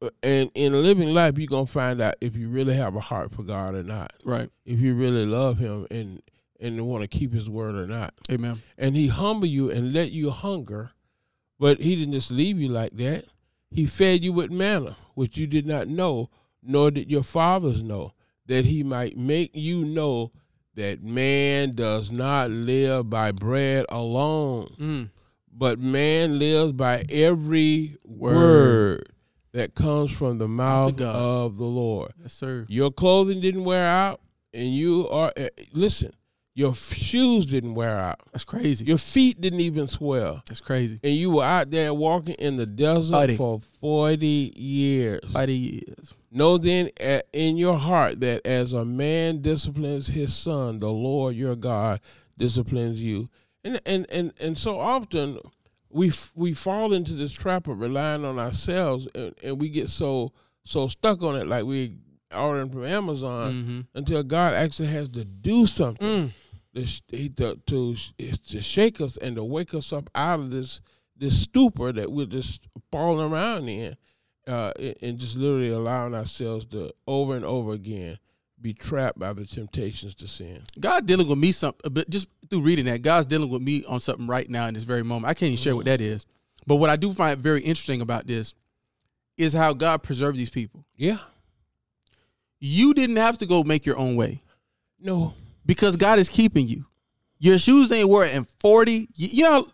Speaker 2: Uh, And in living life, you're going to find out if you really have a heart for God or not,
Speaker 1: Right.
Speaker 2: if you really love Him and and want to keep His word or not.
Speaker 1: Amen.
Speaker 2: And He humble you and let you hunger, but He didn't just leave you like that. He fed you with manna, which you did not know, nor did your fathers know, that He might make you know that man does not live by bread alone
Speaker 1: Mm.
Speaker 2: but man lives by every
Speaker 1: Word.
Speaker 2: word, that comes from the mouth
Speaker 1: God.
Speaker 2: of the Lord.
Speaker 1: Yes, sir.
Speaker 2: Your clothing didn't wear out, and you are eh, listen. Your f- shoes didn't wear out.
Speaker 1: That's crazy.
Speaker 2: Your feet didn't even swell,
Speaker 1: That's crazy.
Speaker 2: and you were out there walking in the desert
Speaker 1: Buddy.
Speaker 2: for forty years.
Speaker 1: By the years.
Speaker 2: Know then a- in your heart that as a man disciplines his son, the Lord your God disciplines you. And and and, and so often we f- we fall into this trap of relying on ourselves, and, and we get so so stuck on it, like we ordering from Amazon,
Speaker 1: Mm-hmm. Mm.
Speaker 2: until God actually has to do something to, sh- he- to, to, sh- is to shake us and to wake us up out of this this stupor that we're just falling around in, uh, and- and just literally allowing ourselves to over and over again be trapped by the temptations to sin.
Speaker 1: God dealing with me some, uh, but just through reading that, God's dealing with me on something right now in this very moment. I can't even share
Speaker 2: Mm-hmm.
Speaker 1: what that is, but what I do find very interesting about this is how God preserved these people.
Speaker 2: Yeah.
Speaker 1: You didn't have to go make your own way
Speaker 2: No.
Speaker 1: because God is keeping you. Your shoes ain't wear in forty. You, you know,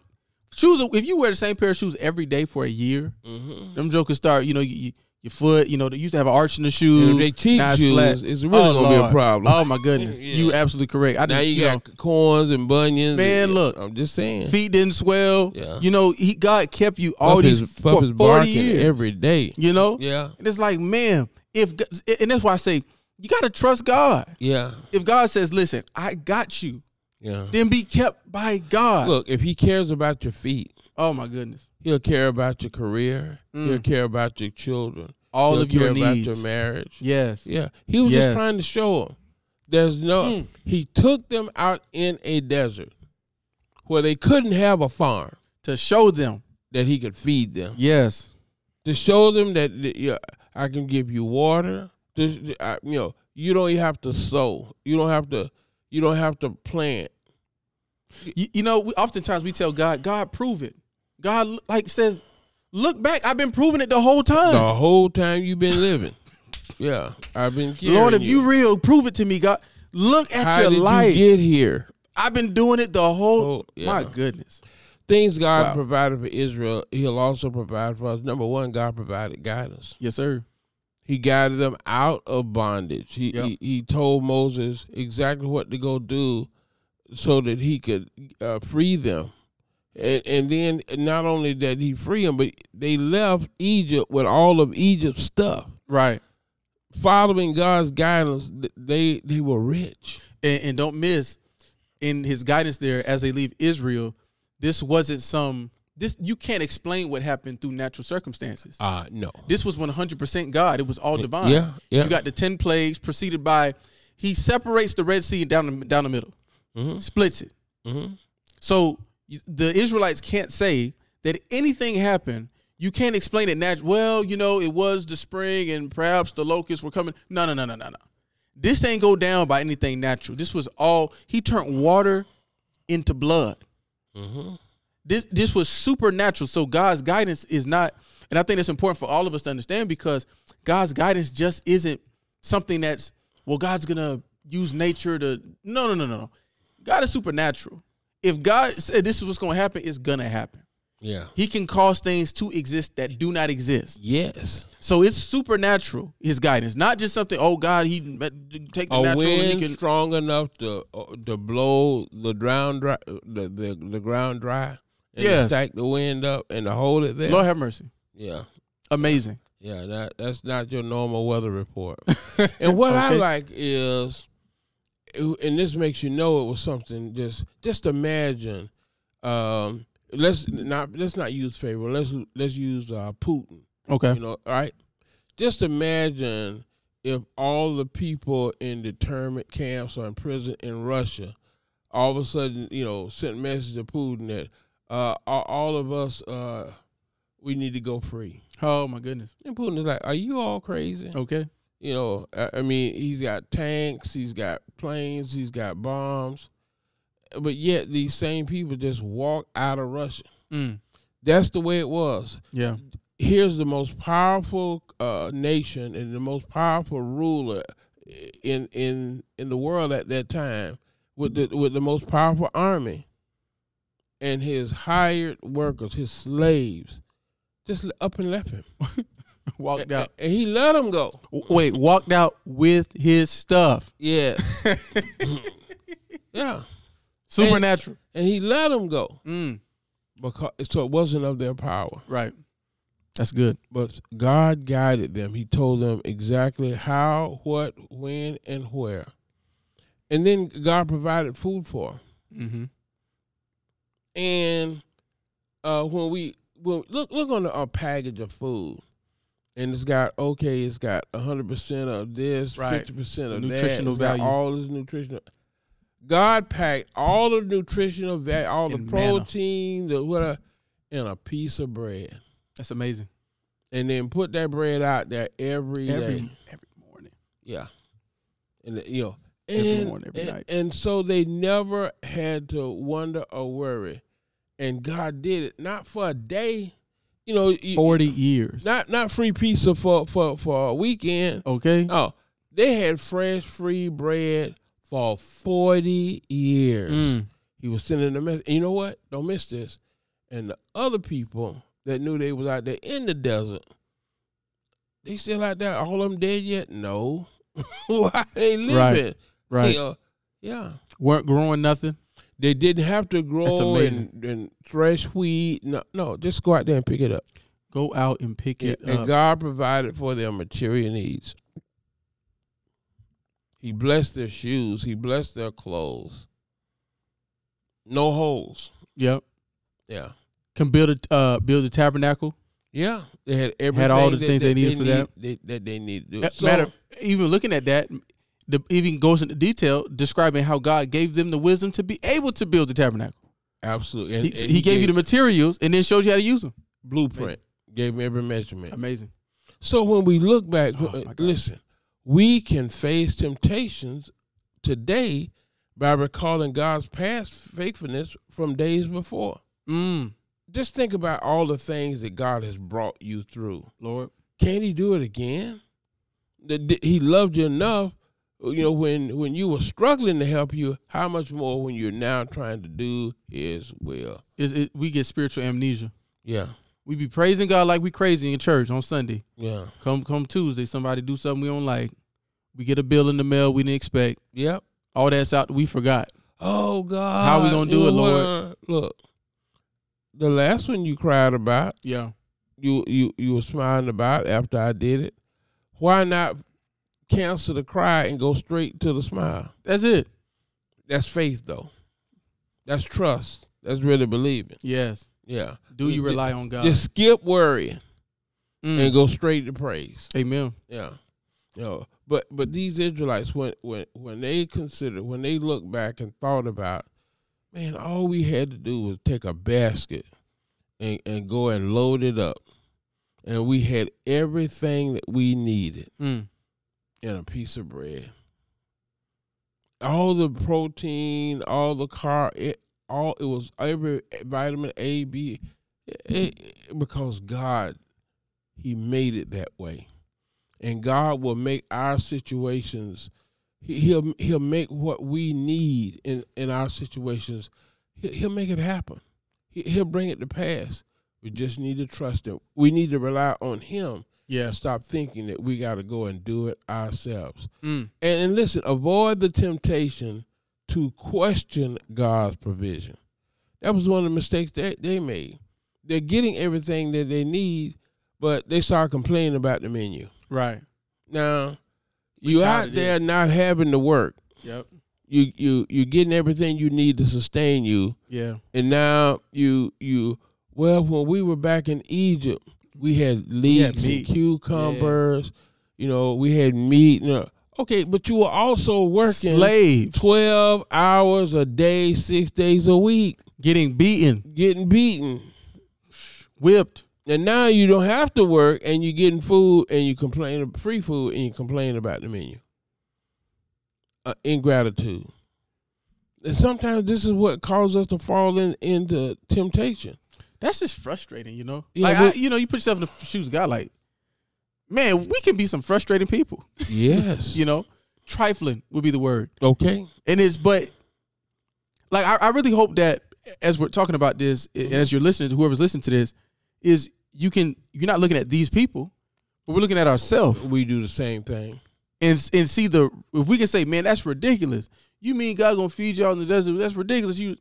Speaker 1: shoes. If you wear the same pair of shoes every day for a year,
Speaker 2: Mm-hmm.
Speaker 1: them jokers start. You know, you, you- your foot. You know, they used to have an arch in the shoe.
Speaker 2: And if they cheat
Speaker 1: now it's
Speaker 2: you,
Speaker 1: flat.
Speaker 2: it's it's really
Speaker 1: Oh,
Speaker 2: gonna be a
Speaker 1: Lord.
Speaker 2: problem.
Speaker 1: Oh my goodness,
Speaker 2: *laughs* Yeah.
Speaker 1: you absolutely correct. I
Speaker 2: now
Speaker 1: just,
Speaker 2: you,
Speaker 1: know,
Speaker 2: got corns and bunions.
Speaker 1: Man,
Speaker 2: and-
Speaker 1: look.
Speaker 2: I'm just saying.
Speaker 1: feet didn't swell.
Speaker 2: Yeah.
Speaker 1: You know, he God kept you all
Speaker 2: Pup
Speaker 1: these
Speaker 2: is- Pup
Speaker 1: for
Speaker 2: is
Speaker 1: forty
Speaker 2: barking
Speaker 1: years.
Speaker 2: every day.
Speaker 1: you know,
Speaker 2: Yeah.
Speaker 1: and it's like, man, if G- and that's why I say you got to trust God.
Speaker 2: Yeah.
Speaker 1: If God says, "Listen, I got you,"
Speaker 2: Yeah.
Speaker 1: then be kept by God.
Speaker 2: Look, if he cares about your feet,
Speaker 1: oh my goodness,
Speaker 2: He'll care about your career. He'll
Speaker 1: Mm.
Speaker 2: care about your children.
Speaker 1: all
Speaker 2: He'll
Speaker 1: of your
Speaker 2: care about
Speaker 1: needs.
Speaker 2: your marriage.
Speaker 1: yes,
Speaker 2: Yeah, he was
Speaker 1: Yes.
Speaker 2: just trying to show them. There's no.
Speaker 1: Mm.
Speaker 2: He took them out in a desert where they couldn't have a farm
Speaker 1: to show them.
Speaker 2: that he could feed them.
Speaker 1: Yes,
Speaker 2: To show them that that, yeah, I can give you water. To, I, you know, you don't have to sow. You don't have to. You don't have to plant.
Speaker 1: you, you know, we, oftentimes we tell God, "God, prove it." God like says, "Look back, I've been proving it the whole time."
Speaker 2: The whole time you've
Speaker 1: *laughs*
Speaker 2: been living. Yeah, I've been.
Speaker 1: Lord,
Speaker 2: carrying
Speaker 1: if you real, prove it to me, God. Look at
Speaker 2: how
Speaker 1: your
Speaker 2: did
Speaker 1: life.
Speaker 2: you get here?
Speaker 1: I've been doing it the whole.
Speaker 2: Oh, yeah.
Speaker 1: My goodness.
Speaker 2: things God
Speaker 1: Wow.
Speaker 2: provided for Israel, He'll also provide for us. Number one, God provided guidance.
Speaker 1: Yes, sir.
Speaker 2: He guided them out of bondage. He,
Speaker 1: Yep.
Speaker 2: he he told Moses exactly what to go do, so that he could uh, free them. And, and then not only did he free them, but they left Egypt with all of Egypt's stuff.
Speaker 1: Right.
Speaker 2: Following God's guidance, th- they they were rich.
Speaker 1: And, and don't miss in his guidance there as they leave Israel. This wasn't some. This you can't explain what happened through natural circumstances.
Speaker 2: Uh no.
Speaker 1: This was 100% God. It was all divine.
Speaker 2: Yeah, yeah.
Speaker 1: You got the 10 plagues preceded by he separates the Red Sea down the, down the middle.
Speaker 2: Mhm.
Speaker 1: Splits it.
Speaker 2: hmm
Speaker 1: So you- the Israelites can't say that anything happened. You can't explain it natural. Well, you know, it was the spring and perhaps the locusts were coming. No, no, no, no, no, no. This ain't go down by anything natural. This was all he turned water into blood.
Speaker 2: Mhm.
Speaker 1: This this was supernatural. So God's guidance is not, and I think it's important for all of us to understand because God's guidance just isn't something that's well, God's gonna use nature to no no no no no. God is supernatural. If God said this is what's gonna happen, it's gonna happen.
Speaker 2: Yeah.
Speaker 1: He can cause things to exist that do not exist.
Speaker 2: Yes.
Speaker 1: So it's supernatural, his guidance, not just something, oh God, he take the
Speaker 2: a
Speaker 1: natural and he
Speaker 2: wind
Speaker 1: can
Speaker 2: strong enough to uh, to blow the ground dry, the, the the ground dry, and
Speaker 1: Yes.
Speaker 2: stack the wind up and to hold it there.
Speaker 1: Lord have mercy.
Speaker 2: Yeah,
Speaker 1: Amazing.
Speaker 2: yeah, that that's not your normal weather
Speaker 1: *laughs*
Speaker 2: report. and what I
Speaker 1: Okay.
Speaker 2: like is, and this makes you know it was something. Just just imagine. Um, let's not let's not use favor. Let's let's use uh, Putin.
Speaker 1: Okay.
Speaker 2: You know, all right. Just imagine if all the people in determined camps or in prison in Russia all of a sudden, you know, sent a message to Putin that uh, a- all of us, uh, we need to go free.
Speaker 1: Oh my goodness.
Speaker 2: And Putin is like, are you all crazy?
Speaker 1: Okay.
Speaker 2: You know, I, I mean, he's got tanks, he's got planes, he's got bombs, but yet these same people just walk out of Russia.
Speaker 1: Mm.
Speaker 2: That's the way it was.
Speaker 1: Yeah. *laughs*
Speaker 2: here's the most powerful uh, nation and the most powerful ruler in in in the world at that time with the with the most powerful army and his hired workers his slaves just up and left him
Speaker 1: Walked out.
Speaker 2: and he let them go
Speaker 1: W- Wait, walked out with his stuff.
Speaker 2: yeah *laughs* yeah
Speaker 1: Supernatural.
Speaker 2: and he let them go
Speaker 1: Mm.
Speaker 2: because so it wasn't of their power
Speaker 1: Right. That's good.
Speaker 2: but God guided them. He told them exactly how, what, when, and where. And then God provided food for them.
Speaker 1: Mm-hmm.
Speaker 2: And uh, when we when, look look on the uh, package of food, and it's got okay, it's got hundred percent of this, fifty
Speaker 1: Right.
Speaker 2: percent of
Speaker 1: Nutritional
Speaker 2: that, it's got
Speaker 1: value.
Speaker 2: all this nutritional. God packed all the nutritional value, all the
Speaker 1: In manna.
Speaker 2: protein, the whatever, in a piece of bread,
Speaker 1: That's amazing.
Speaker 2: and then put that bread out there every day.
Speaker 1: Every every morning.
Speaker 2: Yeah, and you know,
Speaker 1: Every
Speaker 2: and,
Speaker 1: morning, every
Speaker 2: and,
Speaker 1: night.
Speaker 2: and so they never had to wonder or worry, and God did it not for a day, you know, you-
Speaker 1: Forty years.
Speaker 2: not not free pizza for for for a weekend.
Speaker 1: Okay.
Speaker 2: Oh, they had fresh free bread for forty years.
Speaker 1: Mm.
Speaker 2: He was sending a message. And you know what? Don't miss this. And the other people that knew they was out there in the desert, they still out there. All of them dead yet? No. *laughs* Why they living?
Speaker 1: Right.
Speaker 2: You know, yeah.
Speaker 1: Weren't growing nothing.
Speaker 2: They didn't have to grow
Speaker 1: amazing.
Speaker 2: and, and thresh wheat. No, no, just go out there and pick it up.
Speaker 1: Go out and pick it
Speaker 2: and
Speaker 1: up.
Speaker 2: God provided for their material needs. He blessed their shoes. He blessed their clothes. No holes.
Speaker 1: yep.
Speaker 2: Yeah.
Speaker 1: Can build a uh, build a tabernacle.
Speaker 2: Yeah, they had everything.
Speaker 1: all the
Speaker 2: that-
Speaker 1: things
Speaker 2: that
Speaker 1: they needed for that.
Speaker 2: They, that they needed to do.
Speaker 1: Uh,
Speaker 2: So,
Speaker 1: Matter even looking at that, the, even goes into detail describing how God gave them the wisdom to be able to build the tabernacle.
Speaker 2: absolutely. And-
Speaker 1: He,
Speaker 2: and
Speaker 1: he gave you the materials and then showed you how to use them.
Speaker 2: blueprint. Gave him every measurement.
Speaker 1: Amazing.
Speaker 2: So when we look back,
Speaker 1: Oh, my God.
Speaker 2: listen, we can face temptations today by recalling God's past faithfulness from days before.
Speaker 1: Mm,
Speaker 2: Just think about all the things that God has brought you through.
Speaker 1: Lord.
Speaker 2: Can't He do it again? That- that He loved you enough. You know, when when you were struggling to help you, how much more when you're now trying to do His will?
Speaker 1: Is it, we get spiritual amnesia.
Speaker 2: Yeah,
Speaker 1: We be praising God like we crazy in church on Sunday.
Speaker 2: yeah,
Speaker 1: Come come Tuesday, somebody do something we don't like. We get a bill in the mail we didn't expect.
Speaker 2: yep.
Speaker 1: All that's out we forgot.
Speaker 2: Oh God,
Speaker 1: How we gonna do
Speaker 2: You
Speaker 1: it,
Speaker 2: know
Speaker 1: Lord?
Speaker 2: what? Look, the last one you cried about,
Speaker 1: Yeah.
Speaker 2: you you you were smiling about after I did it. Why not cancel the cry and go straight to the smile?
Speaker 1: That's it.
Speaker 2: That's faith, though. That's trust. That's really believing.
Speaker 1: Yes.
Speaker 2: Yeah.
Speaker 1: Do you
Speaker 2: Just-
Speaker 1: rely on God?
Speaker 2: Just skip worrying
Speaker 1: Mm.
Speaker 2: and go straight to praise.
Speaker 1: Amen.
Speaker 2: Yeah. You know, but but these Israelites when when when they considered when they looked back and thought about, man, all we had to do was take a basket and, and go and load it up. And we had everything that we needed
Speaker 1: Mm.
Speaker 2: in a piece of bread. All the protein, all the car, it, all it was every vitamin A, B, it- it- because God, He made it that way, and God will make our situations. He, he'll He'll make what we need in in our situations. He, he'll make it happen. He, he'll bring it to pass. We just need to trust Him. We need to rely on Him
Speaker 1: Yeah.
Speaker 2: and stop thinking that we got to go and do it ourselves.
Speaker 1: Mm.
Speaker 2: And, and listen, avoid the temptation to question God's provision. That was one of the mistakes that they made. They're getting everything that they need, but they start complaining about the menu.
Speaker 1: Right.
Speaker 2: Now,
Speaker 1: We
Speaker 2: you
Speaker 1: tired
Speaker 2: out
Speaker 1: of
Speaker 2: there not having to work.
Speaker 1: Yep.
Speaker 2: You you you getting everything you need to sustain you,
Speaker 1: Yeah.
Speaker 2: and now you you well when we were back in Egypt, we had leeks and
Speaker 1: meat.
Speaker 2: cucumbers, you know, we had meat. You know. Okay, but you were also working
Speaker 1: Slaves.
Speaker 2: twelve hours a day, six days a week.
Speaker 1: getting beaten,
Speaker 2: getting beaten.
Speaker 1: whipped.
Speaker 2: And now you don't have to work and you're getting food and you complain free food and you complain about the menu. Uh, ingratitude. And sometimes this is what causes us to fall in, into temptation.
Speaker 1: That's just frustrating, you know.
Speaker 2: Yeah,
Speaker 1: like
Speaker 2: but-
Speaker 1: I, you know, you put yourself in the f- shoes of God. Like, man, we can be some frustrating people.
Speaker 2: Yes.
Speaker 1: You know, trifling would be the word.
Speaker 2: Okay.
Speaker 1: And it's but like I, I really hope that as we're talking about this and as you're listening to whoever's listening to this, is you can you're not looking at these people, but we're looking at ourselves
Speaker 2: We do the same thing.
Speaker 1: and and see the if we can say, man, that's ridiculous. You mean God gonna feed y'all in the desert? That's ridiculous. You,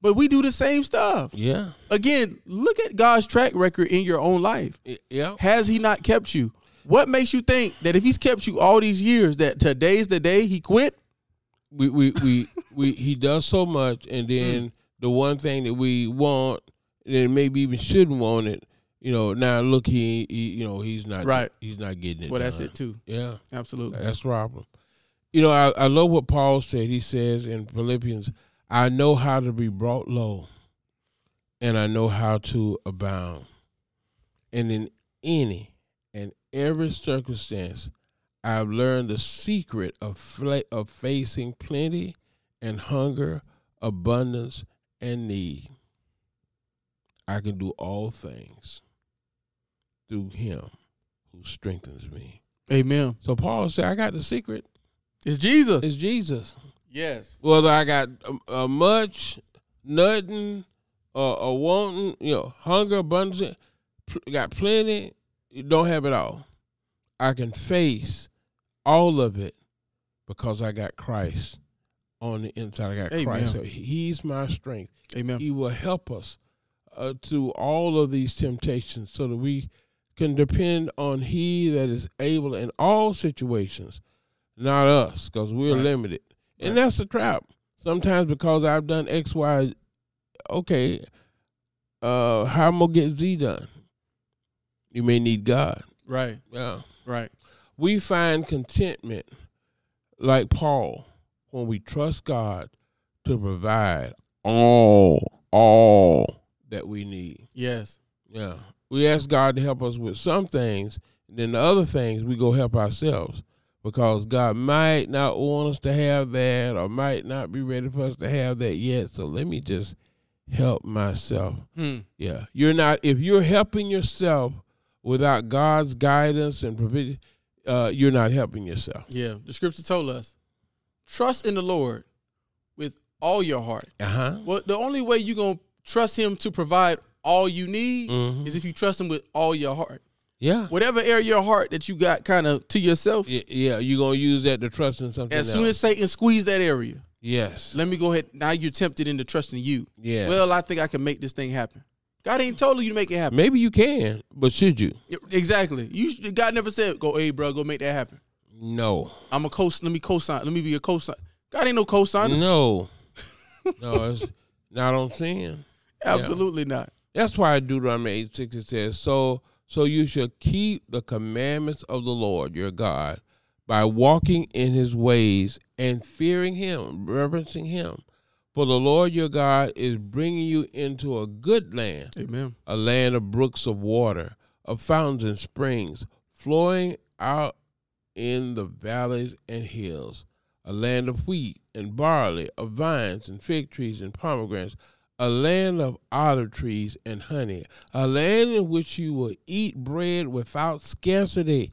Speaker 1: but we do the same stuff
Speaker 2: Yeah.
Speaker 1: again. Look at God's track record in your own life.
Speaker 2: Y- Yeah.
Speaker 1: Has He not kept you? What makes you think that if He's kept you all these years, that today's the day He quit?
Speaker 2: we we we, *laughs* we he does so much
Speaker 1: Mm.
Speaker 2: and then the one thing that we want and maybe even shouldn't want it you know now look he, he you know he's not
Speaker 1: Right.
Speaker 2: he's not getting it
Speaker 1: Well, that's
Speaker 2: done.
Speaker 1: it too.
Speaker 2: yeah
Speaker 1: Absolutely.
Speaker 2: that's the problem you know I, I love what paul said he says in philippians i know how to be brought low and i know how to abound and in any and every circumstance I've learned the secret of fla- of facing plenty and hunger, abundance and need. I can do all things through him who strengthens me.
Speaker 1: Amen.
Speaker 2: So Paul said, I got the secret.
Speaker 1: It's Jesus.
Speaker 2: It's Jesus.
Speaker 1: Yes.
Speaker 2: Whether I got um, uh, much, nothing, or or wanting, you know, hunger, abundance, pl- got plenty, you don't have it all. I can face all of it because I got Christ on the inside. I got
Speaker 1: Amen.
Speaker 2: Christ. So he's my strength.
Speaker 1: Amen.
Speaker 2: He will help us uh, through all of these temptations so that we can depend on He that is able in all situations, not us, because we're
Speaker 1: Right.
Speaker 2: limited. And
Speaker 1: Right.
Speaker 2: that's the trap. Sometimes because I've done X, Y, okay, uh, how am I going to get Z done? You may need God.
Speaker 1: Right.
Speaker 2: Yeah.
Speaker 1: Right.
Speaker 2: We find contentment, like Paul, when we trust God to provide all, all that we need.
Speaker 1: Yes.
Speaker 2: Yeah. We ask God to help us with some things, and then the other things we go help ourselves because God might not want us to have that or might not be ready for us to have that yet. So let me just help myself.
Speaker 1: Hmm.
Speaker 2: Yeah. You're not if you're helping yourself without God's guidance and provision, uh, you're not helping yourself.
Speaker 1: Yeah. The scripture told us, trust in the Lord with all your heart.
Speaker 2: Uh-huh.
Speaker 1: Well, the only way you're gonna trust him to provide all you need
Speaker 2: Mhm.
Speaker 1: is if you trust him with all your heart.
Speaker 2: Yeah.
Speaker 1: Whatever area of your heart that you got kind of to yourself,
Speaker 2: Y- Yeah, you're gonna use that to trust in something.
Speaker 1: as soon
Speaker 2: else.
Speaker 1: as Satan squeezed that area,
Speaker 2: yes,
Speaker 1: let me go ahead. Now you're tempted into trusting you.
Speaker 2: yes.
Speaker 1: Well, I think I can make this thing happen. God ain't told you to make it happen.
Speaker 2: maybe you can, but should you?
Speaker 1: Exactly. You God never said, "Go, hey, bro, go make that happen."
Speaker 2: No,
Speaker 1: I'm a co. Let me co-sign. Let me be a co-sign. God ain't no co-signer.
Speaker 2: no, *laughs* no. It's not on sin.
Speaker 1: Absolutely not.
Speaker 2: That's why Deuteronomy eight six it says, "So, so you shall keep the commandments of the Lord your God by walking in His ways and fearing Him, reverencing Him, for the Lord your God is bringing you into a good land."
Speaker 1: Amen.
Speaker 2: a land of brooks of water, of fountains and springs, flowing out in the valleys and hills, a land of wheat and barley, of vines and fig trees and pomegranates, a land of olive trees and honey, a land in which you will eat bread without scarcity,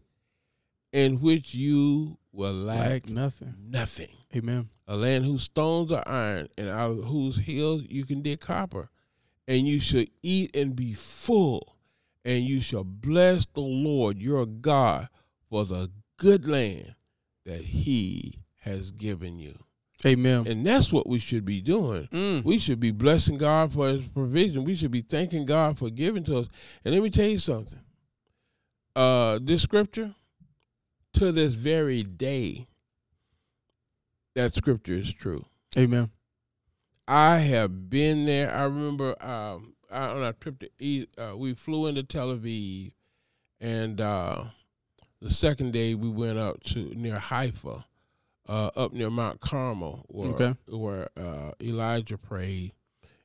Speaker 2: in which you will lack
Speaker 1: Lack nothing.
Speaker 2: nothing
Speaker 1: Amen.
Speaker 2: a land whose stones are iron, and out of whose hills you can dig copper. And you shall eat and be full, and you shall bless the Lord your God for the good land that he has given you.
Speaker 1: Amen.
Speaker 2: And that's what we should be doing.
Speaker 1: Mm.
Speaker 2: We should be blessing God for his provision. We should be thanking God for giving to us. And let me tell you something. Uh this scripture, to this very day, that scripture is true.
Speaker 1: Amen.
Speaker 2: I have been there. I remember um, I, on our trip to East, uh, we flew into Tel Aviv, and uh, the second day we went up to near Haifa, uh, up near Mount Carmel, where
Speaker 1: Okay.
Speaker 2: where uh, Elijah prayed,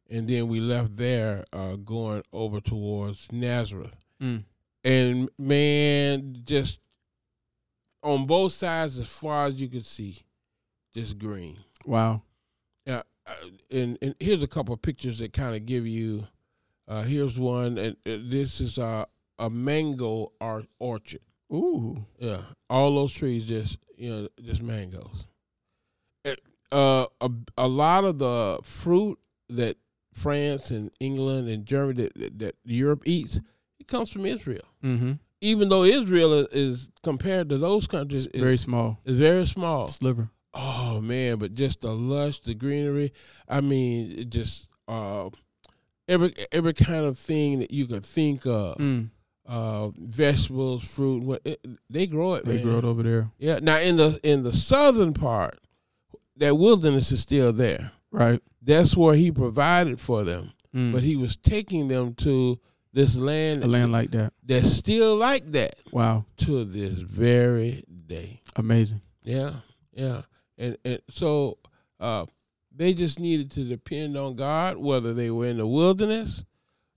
Speaker 2: and then we left there uh, going over towards Nazareth.
Speaker 1: Mm.
Speaker 2: And man, just on both sides, as far as you could see, just green.
Speaker 1: Wow.
Speaker 2: Uh, and, and here's a couple of pictures that kind of give you. Uh, here's one, and uh, this is a a mango or, orchard.
Speaker 1: Ooh.
Speaker 2: Yeah, all those trees just you know just mangoes. It- uh, a, a lot of the fruit that France and England and Germany that, that, that Europe eats, it comes from Israel.
Speaker 1: Mm-hmm.
Speaker 2: Even though Israel is, is compared to those countries, is
Speaker 1: Very small.
Speaker 2: is very small.
Speaker 1: Sliver.
Speaker 2: Oh man, but just the lush, the greenery. I mean, it just uh, every every kind of thing that you could think of.
Speaker 1: Mm.
Speaker 2: Uh, vegetables, fruit. What it, they grow it.
Speaker 1: They
Speaker 2: man.
Speaker 1: grow it over there.
Speaker 2: Yeah. Now in the in the southern part, that wilderness is still there.
Speaker 1: Right.
Speaker 2: That's where he provided for them,
Speaker 1: Mm.
Speaker 2: but he was taking them to this land,
Speaker 1: a land like that.
Speaker 2: that's still like that
Speaker 1: Wow.
Speaker 2: to this very day.
Speaker 1: Amazing.
Speaker 2: Yeah, yeah, and and so uh, they just needed to depend on God, whether they were in the wilderness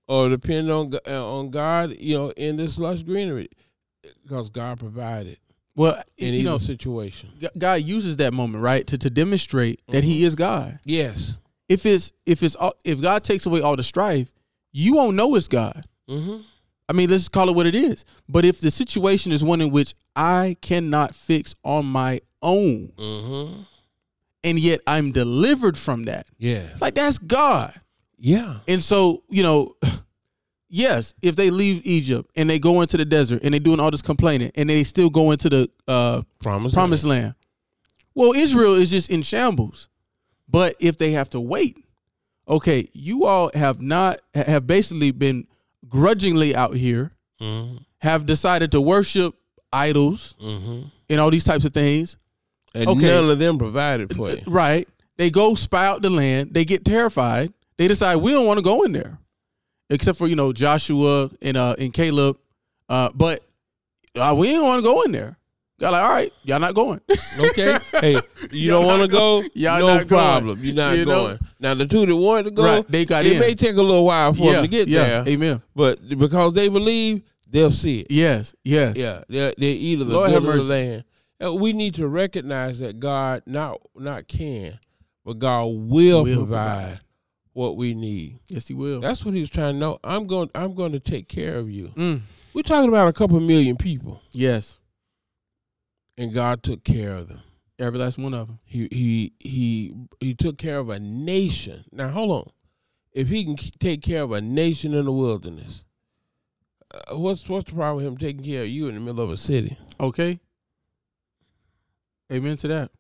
Speaker 2: or depend on G- uh, on God, you know, in this lush greenery, because God provided
Speaker 1: Well,
Speaker 2: in
Speaker 1: you
Speaker 2: either
Speaker 1: know,
Speaker 2: situation.
Speaker 1: G- God uses that moment, right, to to demonstrate that He is God.
Speaker 2: Yes.
Speaker 1: If it's if it's all, if God takes away all the strife, you won't know it's God.
Speaker 2: Mm-hmm.
Speaker 1: I mean, let's call it what it is. But if the situation is one in which I cannot fix on my own,
Speaker 2: Mm-hmm.
Speaker 1: and yet I'm delivered from that,
Speaker 2: Yes.
Speaker 1: like that's God.
Speaker 2: Yeah.
Speaker 1: And so, you know, *sighs* yes, if they leave Egypt and they go into the desert and they doing all this complaining and they still go into the uh,
Speaker 2: Promise.
Speaker 1: promised land. Well, Israel is just in shambles. But if they have to wait, okay, you all have not have basically been grudgingly out here,
Speaker 2: Mm-hmm.
Speaker 1: have decided to worship idols
Speaker 2: Mm-hmm.
Speaker 1: and all these types of things.
Speaker 2: And
Speaker 1: Okay.
Speaker 2: none of them provided
Speaker 1: *laughs*
Speaker 2: for you.
Speaker 1: Right. They go spy out the land. They get terrified. They decide we don't want to go in there, except for you know Joshua and uh and Caleb. Uh, but uh, we didn't want to go in there. God, like, all right, y'all not going. *laughs*
Speaker 2: Okay. hey, you
Speaker 1: Y'all
Speaker 2: don't want to
Speaker 1: not
Speaker 2: go?
Speaker 1: Y'all
Speaker 2: no
Speaker 1: not going.
Speaker 2: problem. You're not
Speaker 1: You know?
Speaker 2: going. Now the two that wanted to go,
Speaker 1: Right, they got
Speaker 2: it
Speaker 1: in.
Speaker 2: may take a little while for them to get
Speaker 1: yeah,
Speaker 2: there,
Speaker 1: amen.
Speaker 2: but because they believe, they'll see it.
Speaker 1: Yes, yes,
Speaker 2: Yeah, they're, they're either the
Speaker 1: Lord
Speaker 2: good
Speaker 1: have
Speaker 2: or the
Speaker 1: mercy.
Speaker 2: land. And we need to recognize that God not not can, but God will,
Speaker 1: Will
Speaker 2: provide what we need.
Speaker 1: yes, he will.
Speaker 2: That's what he was trying to know. I'm going. I'm going to take care of you.
Speaker 1: Mm,
Speaker 2: We're talking about a couple million people,
Speaker 1: yes,
Speaker 2: and God took care of them.
Speaker 1: every last one of them.
Speaker 2: He he he he took care of a nation. Now hold on, if he can k- take care of a nation in the wilderness, uh, what's what's the problem with him taking care of you in the middle of a city?
Speaker 1: Okay. Amen to that.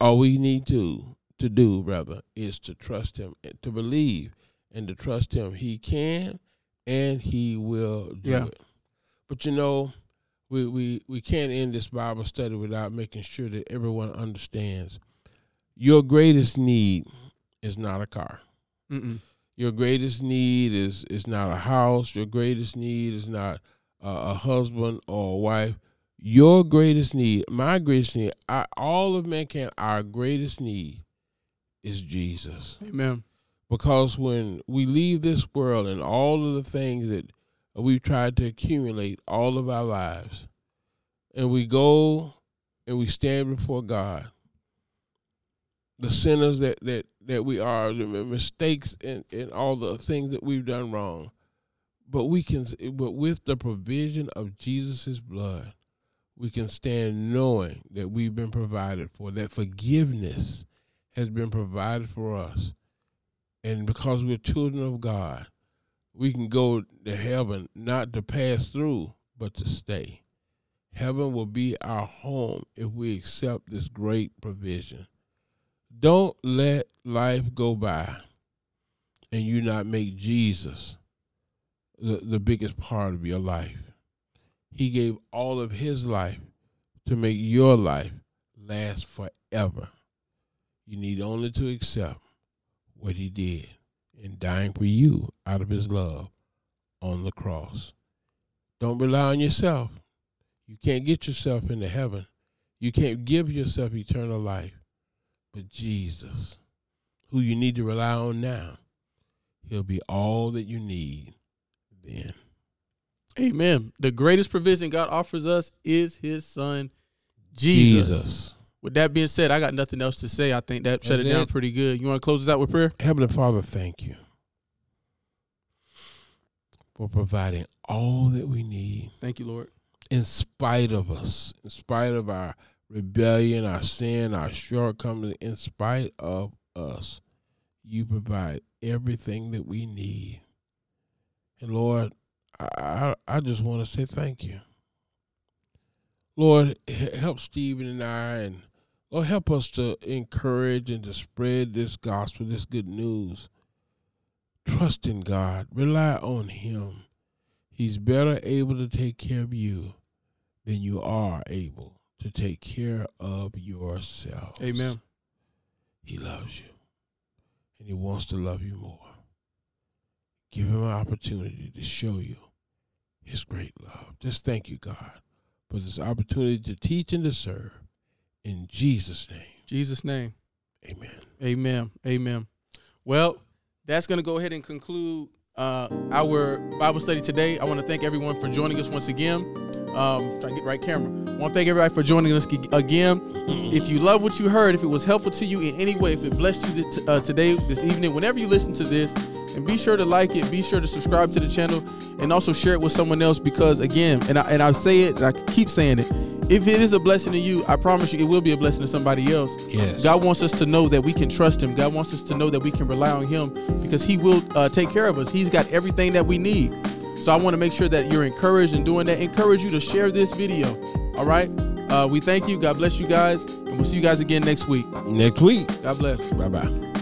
Speaker 2: All we need to to do, brother, is to trust him, and to believe, and to trust him. He can, and he will do
Speaker 1: Yeah.
Speaker 2: it. But you know, we we we can't end this Bible study without making sure that everyone understands your greatest need is not a car.
Speaker 1: Mm-mm.
Speaker 2: your greatest need is is not a house your greatest need is not uh, a husband or a wife your greatest need my greatest need I, all of mankind our greatest need is jesus
Speaker 1: Amen.
Speaker 2: because when we leave this world and all of the things that we've tried to accumulate all of our lives and we go and we stand before god the sinners that that that we are the m- mistakes and and all the things that we've done wrong but we can s- but with the provision of jesus' blood we can stand knowing that we've been provided for that forgiveness has been provided for us and because we're children of God, we can go to heaven not to pass through, but to stay. Heaven will be our home if we accept this great provision. Don't let life go by and you not make Jesus the, the biggest part of your life. He gave all of his life to make your life last forever. You need only to accept what he did in dying for you out of his love on the cross. Don't rely on yourself. You can't get yourself into heaven. You can't give yourself eternal life. But Jesus, who you need to rely on now. He'll be all that you need then.
Speaker 1: Amen. The greatest provision God offers us is his son, Jesus. With that being said, I got nothing else to say. I think that shut
Speaker 2: That's
Speaker 1: it down
Speaker 2: it.
Speaker 1: pretty good. You want to close this out with prayer?
Speaker 2: Heavenly Father, thank you for providing all that we need
Speaker 1: Thank you, Lord.
Speaker 2: in spite of us, in spite of our rebellion, our sin, our shortcomings, in spite of us, you provide everything that we need. And Lord, I, I, I just want to say thank you. Lord, he- help Stephen and I, and Lord, help us to encourage and to spread this gospel, this good news. Trust in God, rely on Him. He's better able to take care of you than you are able to take care of yourself.
Speaker 1: Amen.
Speaker 2: He loves you. And he wants to love you more. Give him an opportunity to show you his great love. Just thank you, God, for this opportunity to teach and to serve. In Jesus' name,
Speaker 1: Jesus' name.
Speaker 2: amen.
Speaker 1: Amen. Amen. Well, that's going to go ahead and conclude uh, our Bible study today. I want to thank everyone for joining us once again. Um, try to get right camera. I want to thank everybody for joining us ag- again. If you love what you heard, if it was helpful to you in any way, if it blessed you th- uh, today, this evening, whenever you listen to this, and be sure to like it, be sure to subscribe to the channel, and also share it with someone else because, again, and I, and I say it, and I keep saying it, if it is a blessing to you, I promise you it will be a blessing to somebody else.
Speaker 2: Yes.
Speaker 1: God wants us to know that we can trust Him. God wants us to know that we can rely on Him because He will uh, take care of us. He's got everything that we need. So I want to make sure that you're encouraged in doing that. Encourage you to share this video. All right. Uh, we thank you. God bless you guys. And we'll see you guys again next week.
Speaker 2: Next week.
Speaker 1: God bless.
Speaker 2: Bye bye.